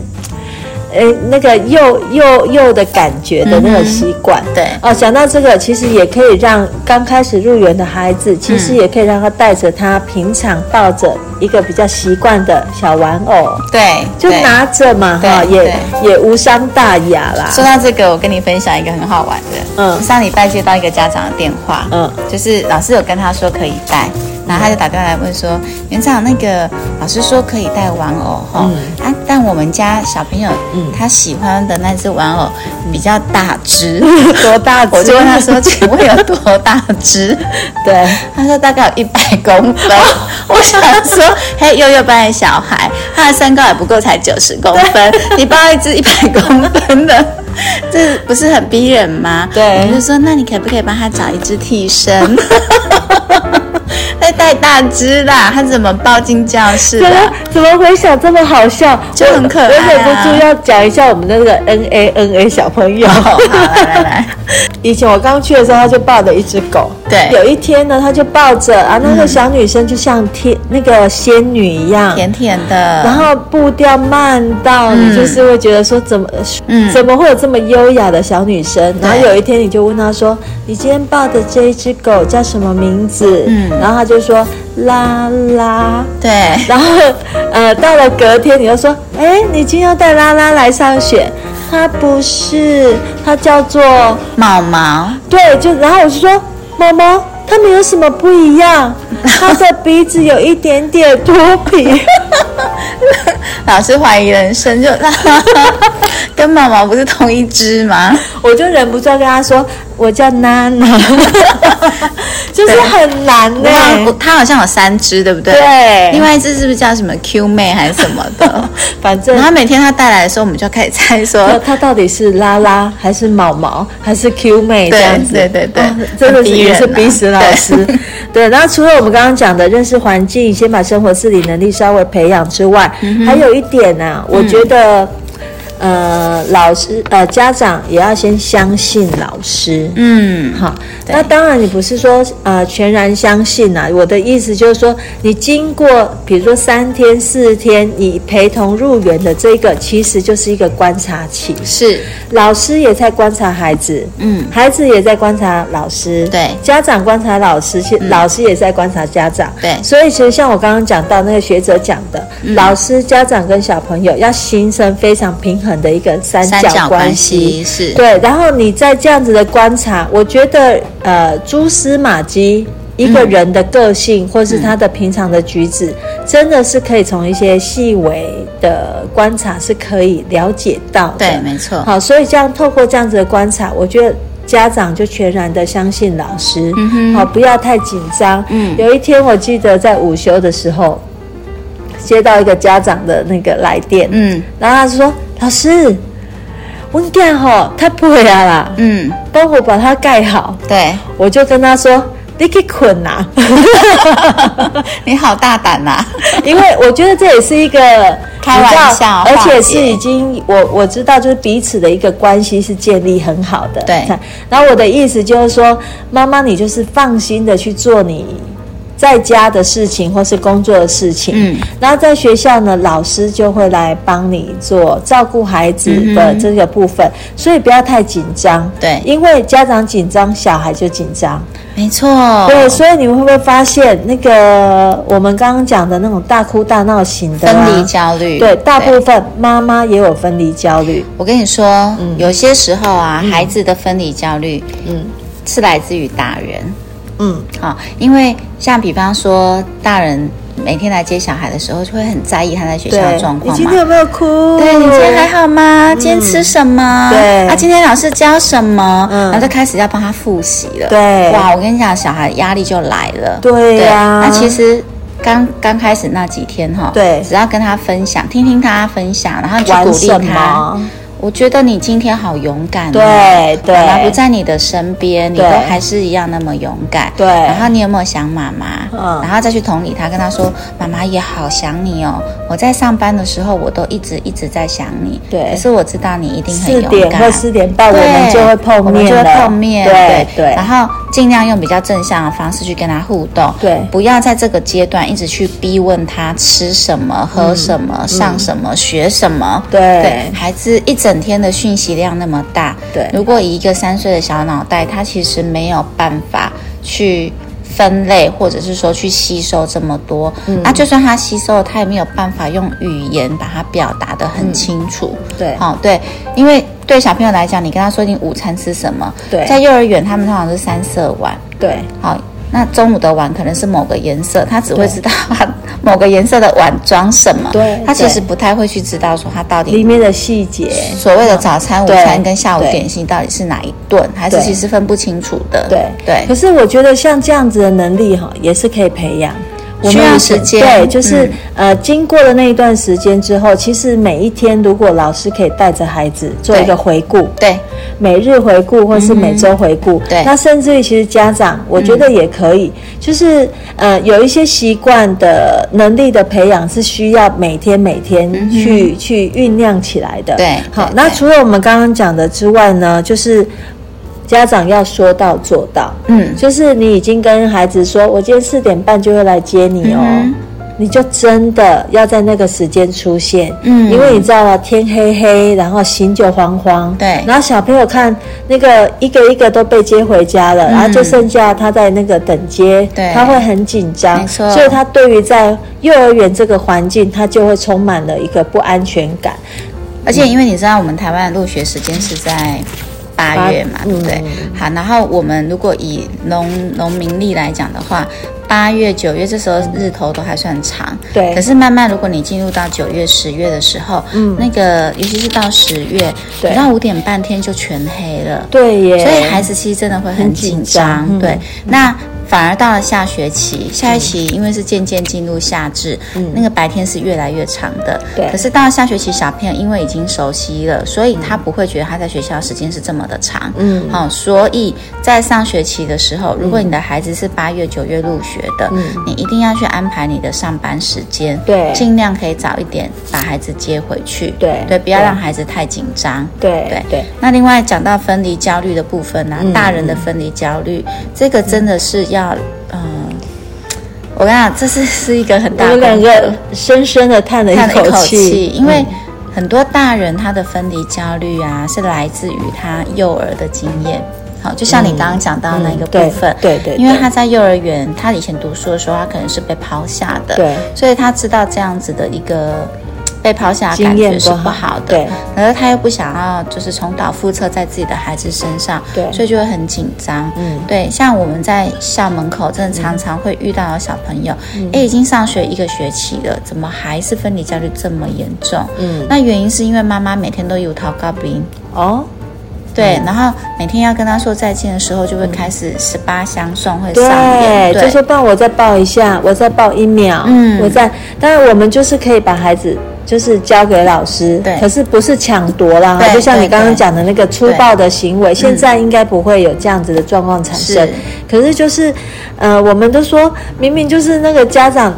S3: 呃，那个幼幼幼的感觉的
S2: 嗯
S3: 那个习惯。
S2: 对
S3: 哦，讲到这个，其实也可以让刚开始入园的孩子，其
S2: 嗯
S3: 实也可以让他带着他平常抱着一个比较习惯的小玩偶，
S2: 对，
S3: 就
S2: 对
S3: 拿着嘛，
S2: 对
S3: 哈，也
S2: 对
S3: 也无伤大雅啦。
S2: 说到这个，我跟你分享一个很好玩的。
S3: 啊嗯
S2: 上礼拜接到一个家长的电话，
S3: 嗯
S2: 就是老师有跟他说可以带，然后他就打电话来问说，园长那个老师说可以带玩偶哈、啊，但我们家小朋友、
S3: 嗯
S2: 他喜欢的那只玩偶比较大 只，啊
S3: 多大只？
S2: 我就问他说，请问有多大只？
S3: 对，
S2: 他说大概有一百公分。哦 我想说，嘿，幼幼班的小孩，他的身高也不够才九十公分，你抱一只一百公分的， 这不是很逼人吗？
S3: 对
S2: 我就说，那你可不可以帮他找一只替身？ 他太大只啦，他怎么抱进教室
S3: 怎么
S2: 的？
S3: 怎么回想这么好笑？
S2: 就很可爱啊
S3: 我忍不住要讲一下我们那个 N A N A 小 朋友。
S2: 哦，好，来来来，
S3: 以前我刚去的时候，他就抱着一只狗。
S2: 对嗯
S3: 有一天呢，他就抱着啊，那个小女生就像天、那个仙女一样，
S2: 甜甜
S3: 然
S2: 的，
S3: 后步调慢到
S2: 嗯
S3: 你就是会觉得说怎么，
S2: 嗯
S3: 怎么会有这么优雅的小女生？
S2: 对
S3: 然后有一天你就问她说：“你今天抱的这一只狗叫什么名字？”
S2: 嗯
S3: 然后她就说：“拉拉。”
S2: 对，
S3: 然后呃，到了隔天，你又说，哎，你今天要带拉拉来上学，它不是，它叫做
S2: 毛毛，
S3: 对，就然后我就说，毛毛，它们有什么不一样？它的鼻子有一点点脱皮，
S2: 老师怀疑人生就， 跟毛毛不是同一只吗？
S3: 我就忍不住要跟他说，我叫 娜娜，就是很难呢、
S2: 哇，它好像有三只，对不对？
S3: 对
S2: 另外一只是不是叫什么 Q 妹还是什么 的？
S3: 反正
S2: 然后每天它带来的时候，我们就开始猜
S3: 那
S2: 说，
S3: 它到底是拉拉还是毛毛还是 Q 妹这样子？
S2: 对对对对
S3: 哦真的
S2: 很
S3: 是
S2: 逼人
S3: 也是
S2: 啊
S3: 逼死老师。 对，然后除了我们刚刚讲的认识环境，先把生活自理能力稍微培养之外，
S2: 嗯
S3: 还有一点呢、我觉得。呃，老师呃，家长也要先相信老师，
S2: 嗯，
S3: 好，
S2: 对
S3: 那当然你不是说呃全然相信呐、我的意思就是说，你经过比如说三天四天，你陪同入园的这个，其实就是一个观察期，
S2: 是
S3: 老师也在观察孩子，
S2: 嗯
S3: 孩子也在观察老师，
S2: 对嗯
S3: 家长观察老师，其老师也在观察家长，
S2: 对嗯
S3: 所以其实像我刚刚讲到那个学者讲的，老师、家长跟小朋友要形成非常平衡的一个三
S2: 三角
S3: 角
S2: 关
S3: 关
S2: 系，
S3: 系
S2: 是
S3: 对，然后你在这样子的观察，我觉得呃，蛛丝马迹。一个人的个性，或是他的平常的举止，真的是可以从一些细微的观察是可以了解到的。
S2: 对，没错，
S3: 好，所以这样透过这样子的观察，我觉得。家长就全然的相信老师，
S2: 嗯哼
S3: 好，不要太紧张。
S2: 嗯
S3: 有一天我记得在午休的时候，接到一个家长的那个来电，
S2: 嗯
S3: 然后他说：“老师，我囝吼太背啊啦，
S2: 嗯，
S3: 帮我把它盖好。
S2: 对，”
S3: 我就跟他说：“你去困啊啦、
S2: 你好大胆啊 呐、
S3: 因为我觉得这也是一个
S2: 开玩笑
S3: 你知道而且
S2: 化
S3: 是
S2: 解
S3: 已经我我知道，就是彼此的一个关系是建立很好的。
S2: 对
S3: 然后我的意思就是说，妈妈，你就是放心的去做你。在家的事情或是工作的事情，
S2: 嗯，
S3: 然后在学校呢，老师就会来帮你做照顾孩子的这个部分，所以不要太紧张，
S2: 嗯对
S3: 因为家长紧张，小孩就紧张，
S2: 没错，
S3: 对，所以你们会不会发现那个我们刚刚讲的那种大哭大闹型的、啊、
S2: 分离焦虑，
S3: 对，大部分妈妈也有分离焦虑。
S2: 我跟你说，有些时候啊，孩子的分离焦虑，
S3: 嗯
S2: 嗯，是来自于大人，
S3: 嗯，
S2: 啊、因为像比方说，大人每天来接小孩的时候，就会很在意他在学校的
S3: 对
S2: 状，
S3: 你
S2: 况
S3: 今
S2: 嘛
S3: 天。有没有哭？
S2: 对，你今天还好吗？今天吃什么？
S3: 对
S2: 啊，今天老师教什么？
S3: 嗯
S2: 然后就开始要帮他复习了。
S3: 对
S2: 哇，我跟你讲，小孩压力就来了。
S3: 对呀
S2: 那其实刚刚开始那几天哈、
S3: 对
S2: 只要跟他分享，听听他分享，然后去
S3: 玩
S2: 鼓励
S3: 什
S2: 他。
S3: 么？
S2: 我觉得你今天好勇敢、哦，
S3: 对对
S2: 妈妈不在你的身边，你都
S3: 对
S2: 还是一样那么勇敢，
S3: 对
S2: 然后你有没有想妈妈？
S3: 嗯
S2: 然后再去同理她，跟她说，妈妈也好想你哦。我在上班的时候，我都一直一直在想你，
S3: 对
S2: 可是我知道你一定很
S3: 四
S2: 勇
S3: 点
S2: 敢。
S3: 或四点半我
S2: 对
S3: 们就会
S2: 我
S3: 碰
S2: 们
S3: 面
S2: 就会
S3: 了，
S2: 碰面，
S3: 对对
S2: 然后尽量用比较正向的方式去跟他互动，
S3: 对
S2: 不要在这个阶段一直去逼问他吃什么、喝什么、上什么、学什么，
S3: 嗯对
S2: 孩子一整天的讯息量那么大，
S3: 对
S2: 如果以一个三岁的小脑袋，他其实没有办法去。分类，或者是说去吸收这么多，
S3: 嗯
S2: 那就算他吸收了，他也没有办法用语言把它表达得
S3: 嗯
S2: 很清楚。
S3: 对
S2: 好、对，因为对小朋友来讲，你跟他说你午餐吃什么，
S3: 对
S2: 在幼儿园他们通常是三色碗，
S3: 对
S2: 好、那中午的碗可能是某个颜色，他只会
S3: 对
S2: 知道某个颜色的碗装什么，
S3: 对
S2: 他其
S3: 对
S2: 实不太会去知道说他到底
S3: 里面的细节，
S2: 所谓的早餐、午
S3: 对
S2: 餐跟下午
S3: 对
S2: 点心到底是哪一顿，还是
S3: 对
S2: 其实分不清楚的，
S3: 对
S2: 对
S3: 可。是我觉得像这样子的能力哈，也是可以培养。我
S2: 需
S3: 们
S2: 要
S3: 以前
S2: 时间
S3: 对，就是、
S2: 嗯
S3: 呃，经过了那一段时间之后，其实每一天如果老师可以带着孩子做
S2: 对
S3: 一个回顾，
S2: 对
S3: 每日回顾或是每周回顾，
S2: 嗯对嗯
S3: 那甚至于其实家长，我觉得也可以，就是呃，有一些习惯的能力的培养是需要每天每天去、去酝酿起来的。
S2: 嗯对
S3: 好
S2: 对，
S3: 那
S2: 对
S3: 除了我们刚刚讲的之外呢，就是家长要说到做到，
S2: 嗯
S3: 就是你已经跟孩子说，我今天四点半就会来接你哦。
S2: 嗯
S3: 你就真的要在那个时间出现，
S2: 嗯
S3: 因为你知道了，天黑黑，然后心就慌慌，
S2: 对
S3: 然后小朋友看那个一个一个都被接回家了，然后就剩下他在那个等接，
S2: 嗯对
S3: 他会很紧张，
S2: 没错
S3: 所以他对于在幼儿园这个环境，他就会充满了一个不安全感，
S2: 而且因为你知道，我们台湾的入学时间是在八月嘛，
S3: 八
S2: 对不对？好，然后我们如果以农农民历来讲的话，八月、九月这时候日头都还算长，
S3: 对
S2: 可是慢慢，如果你进入到九月、十月的时候，嗯，那个尤其是到十月，
S3: 对
S2: 你到五点半天就全黑了，
S3: 对耶，
S2: 所以孩子其实真的会很紧张，
S3: 很紧张
S2: 对
S3: 嗯。
S2: 那反而到了下学期，下学期因为是渐渐进入夏至，那个白天是越来越长的。
S3: 嗯对
S2: 可是到了下学期，小朋友因为已经熟悉了，所以他不会觉得他在学校时间是这么的长。
S3: 嗯
S2: 好、所以在上学期的时候，如果你的孩子是八月、九月入学的，你一定要去安排你的上班时间，
S3: 嗯对
S2: 尽量可以早一点把孩子接回去，
S3: 对
S2: 对，不要
S3: 对
S2: 让孩子太紧张。
S3: 对
S2: 对
S3: 对
S2: 那另外讲到分离焦虑的部分呢、
S3: 嗯
S2: 大人的分离焦虑，这个真的是要，嗯、我跟你讲，这是 是一个很
S3: 我
S2: 大的
S3: 们两个深深的叹了一
S2: 叹了
S3: 口
S2: 一口气，
S3: 气，嗯
S2: 因为很多大人他的分离焦虑啊，是来自于他幼儿的经验。好，就像你刚刚讲到那个部分，
S3: 嗯对对对
S2: 因为他在幼儿园，他以前读书的时候，他可能是被抛下的，
S3: 对
S2: 所以他知道这样子的一个被抛下啊的感
S3: 经验
S2: 觉
S3: 不
S2: 是不
S3: 好
S2: 好的，
S3: 对，
S2: 可是他又不想要就是重蹈覆辙在自己的孩子身上，
S3: 对
S2: 所以就会很紧张，
S3: 嗯
S2: 对，像我们在校门口真的常常会遇到有小朋友，
S3: 嗯
S2: 哎、已经上学一个学期了，怎么还是分离焦虑这么严重？
S3: 嗯
S2: 那原因是因为妈妈每天都有逃高兵，
S3: 哦，
S2: 对，然后每天要跟他说再见的时候，就会开始十八相送会上演，
S3: 嗯
S2: 对，
S3: 对，就说帮我再抱一下，我再抱一秒，
S2: 嗯
S3: 我再，当然我们就是可以把孩子。就是交给老师，
S2: 对
S3: 可是不是抢夺啦，
S2: 对
S3: 就像你
S2: 对
S3: 刚刚
S2: 对
S3: 讲的那个粗暴的行为，现在应该不会有这样子的状况产生
S2: 是。
S3: 可是就是，呃，我们都说明明就是那个家长，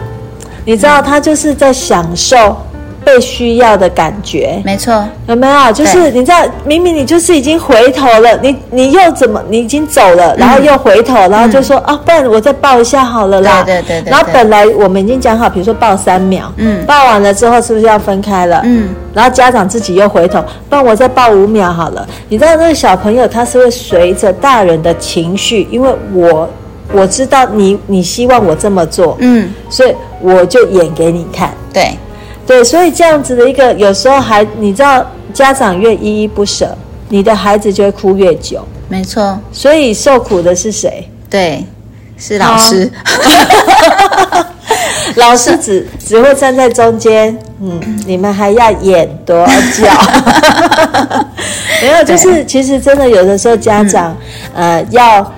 S3: 你
S2: 嗯
S3: 知道他就是在享受被需要的感觉，
S2: 没错，
S3: 有没有？就是你知道，明明你就是已经回头了，你你又怎么？你已经走
S2: 嗯
S3: 了，然后又回头，然后就说、啊，不然我再抱一下好了啦。
S2: 对对对对对
S3: 然后本来我们已经讲好，比如说抱三秒，
S2: 嗯
S3: 抱完了之后是不是要分开了？
S2: 嗯，
S3: 然后家长自己又回头，不然我再抱五秒好了。你知道那个小朋友他是会随着大人的情绪，因为我我知道你你希望我这么做，
S2: 嗯，
S3: 所以我就演给你看。
S2: 对，
S3: 对，所以这样子的一个，有时候还你知道，家长越依依不舍，你的孩子就会哭越久。
S2: 没错，
S3: 所以受苦的是谁？
S2: 对，是老师，
S3: 老师只只会站在中间，嗯，你们还要演多久？ 没有，就是其实真的有的时候家长，
S2: 嗯
S3: 呃，要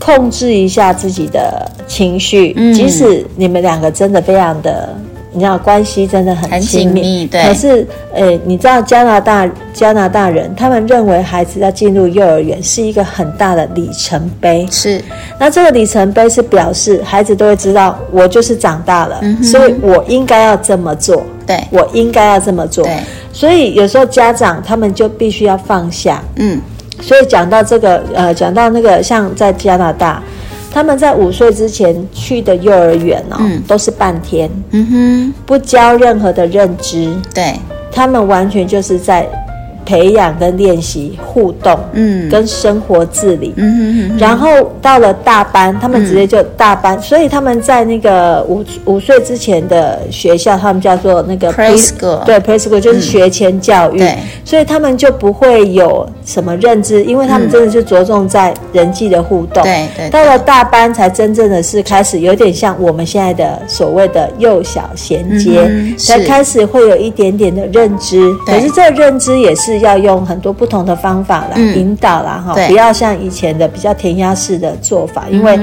S3: 控制一下自己的情绪，
S2: 嗯
S3: 即使你们两个真的非常的。你知道关系真的很
S2: 很
S3: 亲
S2: 紧密对
S3: 可是，呃，你知道加拿大加拿大人他们认为孩子要进入幼儿园是一个很大的里程碑。
S2: 是
S3: 那这个里程碑是表示孩子都会知道，我就是长大了，
S2: 嗯
S3: 所以我应该要这么做，
S2: 对
S3: 我应该要这么做。
S2: 对，
S3: 所以有时候家长他们就必须要放下，
S2: 嗯，
S3: 所以讲到这个，呃，讲到那个，像在加拿大，他们在五岁之前去的幼儿园哦，
S2: 嗯
S3: 都是半天，
S2: 嗯
S3: 不教任何的认知，
S2: 哼，对，
S3: 他们完全就是在培养跟练习互动，
S2: 嗯
S3: 跟生活自理。
S2: 嗯哼哼哼，
S3: 然后到了大班，他们直接就大班，所以他们在那个五五岁之前的学校，他们叫做那个 pre-
S2: Preschool
S3: 对 preschool 就是学前教育，
S2: 嗯对
S3: 所以他们就不会有什么认知，因为他们真的是着重在人际的互动。
S2: 嗯对对
S3: 到了大班才真正的是开始有点像我们现在的所谓的幼小衔接，
S2: 嗯哼
S3: 才
S2: 是
S3: 开始会有一点点的认知。可
S2: 对
S3: 是这个认知也是要用很多不同的方法来
S2: 嗯
S3: 引导啦，哈、
S2: 对嗯
S3: 不要像以前的比较填鸭式的做法，因为。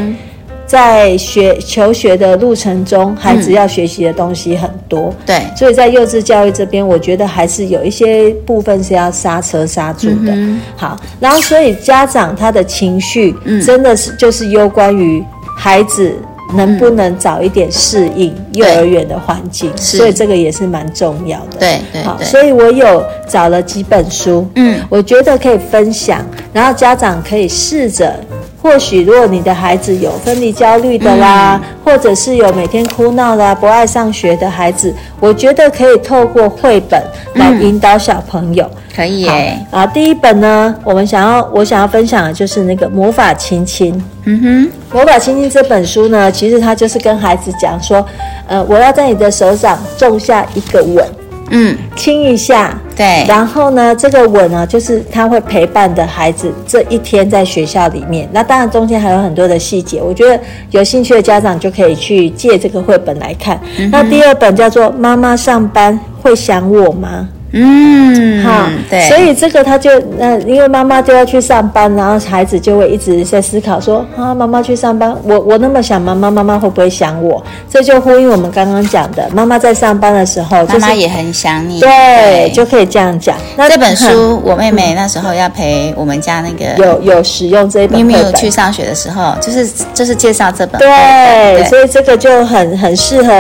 S3: 在学求学的路程中，孩子要学习的东西很多，
S2: 对
S3: 所以在幼稚教育这边，我觉得还是有一些部分是要刹车刹住的。
S2: 嗯
S3: 好，然后所以家长他的情绪，
S2: 嗯
S3: 真的是就是攸关于孩子能不能早一点适应幼儿园的环境，
S2: 嗯是
S3: 所以这个也是蛮重要的。
S2: 对对
S3: 好，
S2: 对
S3: 所以我有找了几本书，
S2: 嗯，
S3: 我觉得可以分享，然后家长可以试着。或许，如果你的孩子有分离焦虑的啦，
S2: 嗯
S3: 或者是有每天哭闹啦、不爱上学的孩子，我觉得可以透过绘本来
S2: 嗯
S3: 引导小朋友。
S2: 可以
S3: 好
S2: 耶，
S3: 啊，第一本呢，我们想要我想要分享的就是那个《魔法亲亲》。
S2: 嗯哼，
S3: 《魔法亲亲》这本书呢，其实它就是跟孩子讲说，呃，我要在你的手掌种下一个吻，
S2: 嗯，
S3: 亲一下，
S2: 对，
S3: 然后呢，这个吻呢，就是他会陪伴的孩子这一天在学校里面。那当然中间还有很多的细节，我觉得有兴趣的家长就可以去借这个绘本来看。那第二本叫做《妈妈上班会想我吗》。
S2: 嗯，
S3: 哈、
S2: 对，
S3: 所以这个他就那、因为妈妈就要去上班，然后孩子就会一直在思考说啊，妈妈去上班，我我那么想妈妈，妈妈会不会想我？这就呼应我们刚刚讲的，妈妈在上班的时候，
S2: 妈
S3: 就是
S2: 妈也很想你，
S3: 对，就可以这样讲。那
S2: 这本
S3: 嗯
S2: 书，我妹妹那时候要陪我们家那个
S3: 有有使用这一本
S2: 咪
S3: 绘
S2: 咪
S3: 本。
S2: 去上学的时候，就是就是介绍这本绘本，
S3: 对，所以这个就很很适合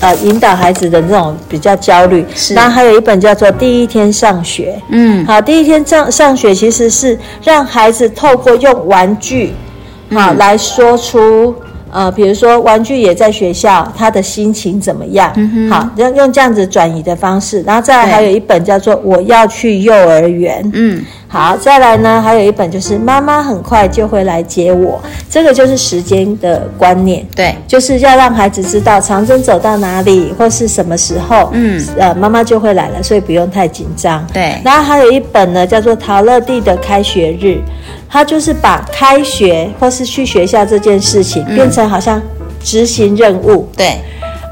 S3: 呃引导孩子的那种比较焦虑。
S2: 是
S3: 然后还有一本叫做《第一天上学》。
S2: 嗯，
S3: 好，第一天上上学其实是让孩子透过用玩具，好、
S2: 嗯
S3: 来说出。呃，比如说玩具也在学校，他的心情怎么样？
S2: 嗯
S3: 好，用用这样子转移的方式，然后再来
S2: 对
S3: 还有一本叫做《我要去幼儿园》，
S2: 嗯，
S3: 好，再来呢，还有一本就是《妈妈很快就会来接我》，这个就是时间的观念，
S2: 对，
S3: 就是要让孩子知道长征走到哪里或是什么时候，
S2: 嗯，
S3: 呃，妈妈就会来了，所以不用太紧张。
S2: 对
S3: 然后还有一本呢，叫做《陶乐蒂的开学日》，它就是把开学或是去学校这件事情
S2: 嗯
S3: 变成好像执行任务，
S2: 对，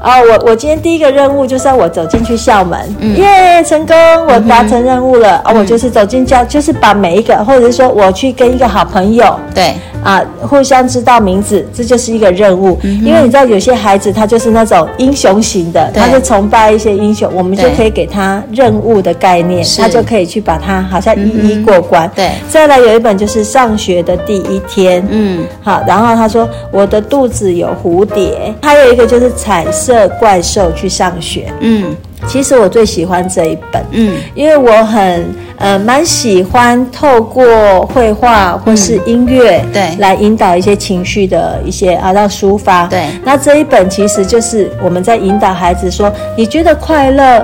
S3: 哦，我我今天第一个任务就是要我走进去校门，
S2: 嗯
S3: 耶、成功，我达成任务了。啊、我就是走进教，就是把每一个，或者是说我去跟一个好朋友
S2: 对，
S3: 啊，互相知道名字，这就是一个任务。
S2: 嗯
S3: 因为你知道，有些孩子他就是那种英雄型的，
S2: 对
S3: 他就崇拜一些英雄，我们就
S2: 对
S3: 可以给他任务的概念，
S2: 是嗯
S3: 他就可以去把它好像一一过关。
S2: 对
S3: 再来有一本就是上学的第一天，
S2: 嗯，
S3: 好，然后他说我的肚子有蝴蝶，还有一个就是彩色怪兽去上学。
S2: 嗯，
S3: 其实我最喜欢这一本，
S2: 嗯，
S3: 因为我很呃蛮喜欢透过绘画或是音乐、
S2: 嗯对
S3: 来引导一些情绪的一些啊让抒发。
S2: 对
S3: 那这一本其实就是我们在引导孩子说，你觉得快乐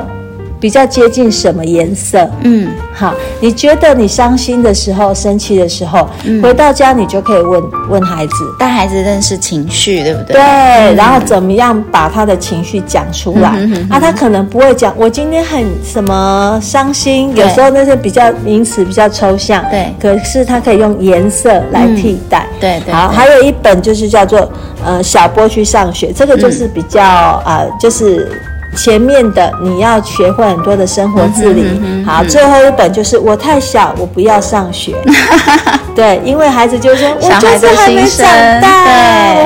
S3: 比较接近什么颜色？
S2: 嗯，
S3: 好，你觉得你伤心的时候、生气的时候，
S2: 嗯
S3: 回到家你就可以问问孩子，
S2: 带孩子认识情绪，对不对？嗯
S3: 对，然后怎么样把他的情绪讲出来？
S2: 嗯哼哼
S3: 啊，他可能不会讲，我今天很什么伤心，
S2: 对
S3: 有时候那些比较名词比较抽象，
S2: 对
S3: 可是他可以用颜色来替代，
S2: 嗯对对
S3: 好，
S2: 对
S3: 还有一本就是叫做呃小波去上学，这个就是比较啊、
S2: 嗯
S3: 呃就是。前面的你要学会很多的生活自
S2: 嗯
S3: 理，好，最后一本就是我太小，我不要 上学。对，因为孩子就说，我
S2: 小
S3: 就
S2: 孩
S3: 是
S2: 的
S3: 还没
S2: 心声
S3: 长大，
S2: 对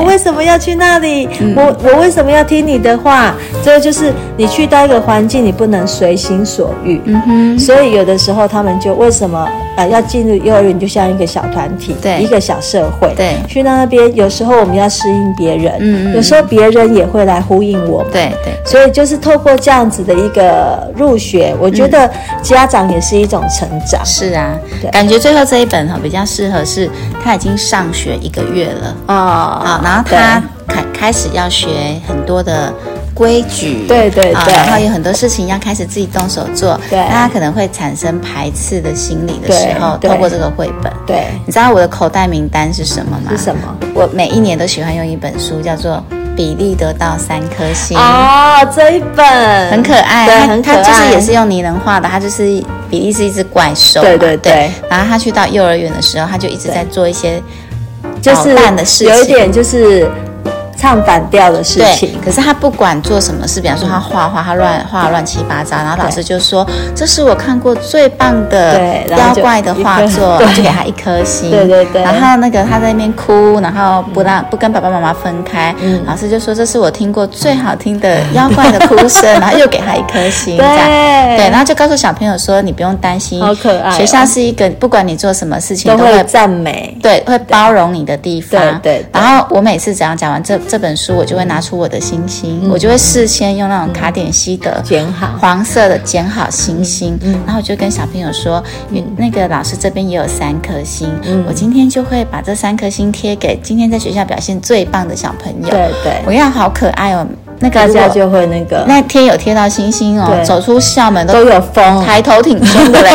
S2: 嗯
S3: 我为什么要去那里？我我为什么要听你的话？这就是你去到一个环境，你不能随心所欲。嗯哼。所以有的时候他们就为什么呃要进入幼儿园，就像一个小团体，
S2: 对
S3: 一个小社会，
S2: 对
S3: 去到那边，有时候我们要适应别人，
S2: 嗯嗯
S3: 有时候别人也会来呼应我们。
S2: 对对，
S3: 所以就是透过这样子的一个入学，我觉得家长也是一种成长。
S2: 嗯是啊
S3: 对，
S2: 感觉最后这一本哈比较适合是他已经上学一个月了啊、
S3: 啊、
S2: 然后他开开始要学很多的规矩，
S3: 对对
S2: 啊
S3: 对
S2: 然后有很多事情要开始自己动手做，
S3: 对
S2: 那他可能会产生排斥的心理的时候，
S3: 对对
S2: 透过这个绘本，
S3: 对
S2: 你知道我的口袋名单是什么吗？
S3: 是什么？
S2: 我每一年都喜欢用一本书，叫做《比利得到三颗星》。
S3: 哦，这一本
S2: 啊很可爱，
S3: 对，
S2: 它
S3: 很可爱，
S2: 它就是也是用拟人画的，它就是比利是一只怪兽嘛，
S3: 对对对
S2: 然后他去到幼儿园的时候，他就一直在做一些
S3: 就是
S2: 捣蛋的事情
S3: 有一点就是唱反调的事
S2: 对
S3: 情，，
S2: 可是他不管做什么事，比方说他画画，他乱画乱七八糟，然后老师就说这是我看过最棒的
S3: 对然
S2: 妖
S3: 后就
S2: 怪的画作，
S3: 一颗对
S2: 就给他一颗星。
S3: 对对嗯对
S2: 然后那个他在那边哭，然后不让不跟爸爸妈妈分开，
S3: 嗯
S2: 老师就说这是我听过最好听的妖怪的哭 声，然后又给他一颗星。这样
S3: 对
S2: 对，然后就告诉小朋友说你不用担心，
S3: 好可爱哦
S2: 学校是一个不管你做什么事情
S3: 都
S2: 都会
S3: 会赞美，
S2: 对，会包容你的地方。
S3: 对对对
S2: 然后我每次只要讲完这这本书，我就会拿出我的星星，我就会事先用那种卡点西的
S3: 嗯剪好嗯
S2: 黄色的剪好星星，然后我就跟小朋友说，嗯那个老师这边也有三颗星，
S3: 嗯
S2: 我今天就会把这三颗星贴给今天在学校表现最棒的小朋友。
S3: 对对
S2: 我要好可爱哦，那个
S3: 大
S2: 如果
S3: 家就会那个
S2: 那天有贴到星星哦，
S3: 对
S2: 走出校门
S3: 都
S2: 都
S3: 有风，
S2: 抬头挺胸 的嘞，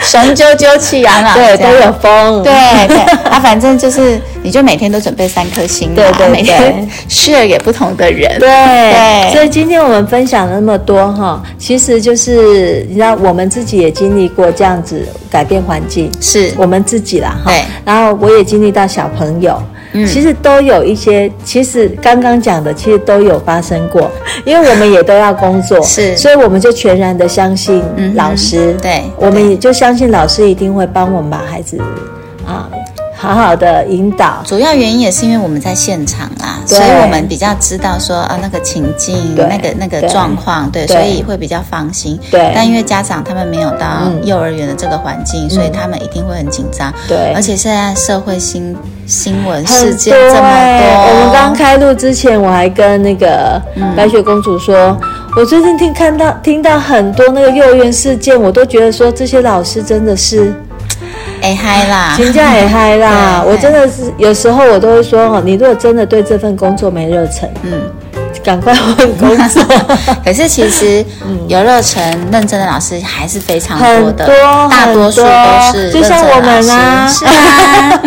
S2: 雄赳赳气昂昂，
S3: 对，
S2: 这
S3: 都
S2: 样
S3: 有风，
S2: 对对，啊，反正就是，你就每天都准备三颗星嘛，啊
S3: 对对
S2: 每天 share 给不同的人，对
S3: 对，所以今天我们分享了那么多哈，其实就是你知道，我们自己也经历过这样子改变环境，
S2: 是
S3: 我们自己啦哈
S2: 对。嗯
S3: 然后我也经历到小朋友，其实都有一些，其实刚刚讲的其实都有发生过，因为我们也都要工 作，
S2: 是
S3: 所以我们就全然的相信
S2: 嗯哼
S3: 老师，
S2: 对
S3: 我们也就相信老师一定会帮我们把孩子啊好好的引导，
S2: 主要原因也是因为我们在现场啦，所
S3: 对
S2: 以我们比较知道说啊那个情境、
S3: 对
S2: 那个那个
S3: 对
S2: 状况，对，
S3: 对
S2: 所以会比较放心。
S3: 对
S2: 但因为家长他们没有到
S3: 嗯
S2: 幼儿园的这个环境，所以他们一定会很紧张。
S3: 对
S2: 而且现在社会新新闻
S3: 很
S2: 事件
S3: 多
S2: 这么
S3: 欸
S2: 多，
S3: 我们刚开录之前，我还跟那个
S2: 嗯
S3: 白雪公主说，我最近听看到听到很多那个幼儿园事件，我都觉得说这些老师真的是
S2: 哎嗨 啦，
S3: 评价也嗨啦。
S2: 对
S3: 我真的是有时候我都会说哦，你如果真的对这份工作没热忱，
S2: 嗯。
S3: 赶快换工作。 嗯
S2: 可是其实游乐城认真的老师还是非常多
S3: 很
S2: 的，
S3: 多
S2: 大多数都是
S3: 很多就像我们
S2: 认真的老
S3: 啊
S2: 师是啊，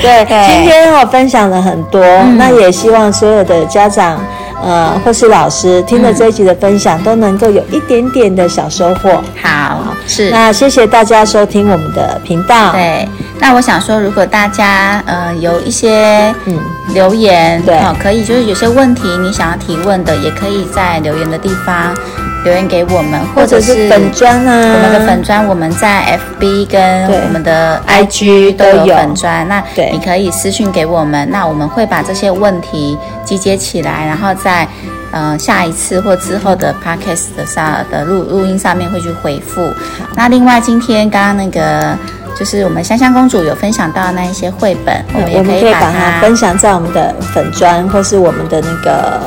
S3: 对，
S2: 对嗯
S3: 今天我分享了很多，那也希望所有的家长。呃，或是老师听了这一集的分
S2: 嗯
S3: 享，都能够有一点点的小收获。
S2: 好是。
S3: 那谢谢大家收听我们的频道。，
S2: 对，那我想说，如果大家呃有一些
S3: 嗯
S2: 留言，
S3: 对
S2: 哦，可以就是有些问题你想要提问的，也可以在留言的地方留言给我们，
S3: 或
S2: 或者
S3: 者是
S2: 是
S3: 粉砖啊，
S2: 我们的粉砖，我们在 FB 跟
S3: 对
S2: 我们的
S3: IG
S2: 都
S3: 都有
S2: 有粉砖，那
S3: 对
S2: 你可以私讯给我们，那我们会把这些问题集结起来，然后在呃下一次或之后的 podcast 的上的录录音上面会去回复。那另外今天刚刚那个就是我们香香公主有分享到那一些绘本，我们
S3: 哦对，
S2: 也
S3: 我们可
S2: 以
S3: 以
S2: 把
S3: 把它分享在我们的粉砖，或是我们的那个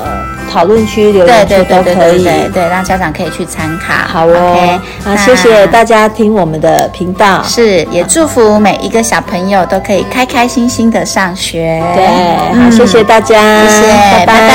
S3: 讨论区、留
S2: 对
S3: 言区
S2: 对对
S3: 都
S2: 对
S3: 可
S2: 对
S3: 以。
S2: 对对，让家长可以去参考。
S3: 好哦
S2: OK，，
S3: 那谢谢大家听我们的频道。
S2: 是，也祝福每一个小朋友都可以开开心心的上学。
S3: 嗯
S2: 嗯
S3: 对，好，谢谢大家，
S2: 谢谢，拜
S3: 拜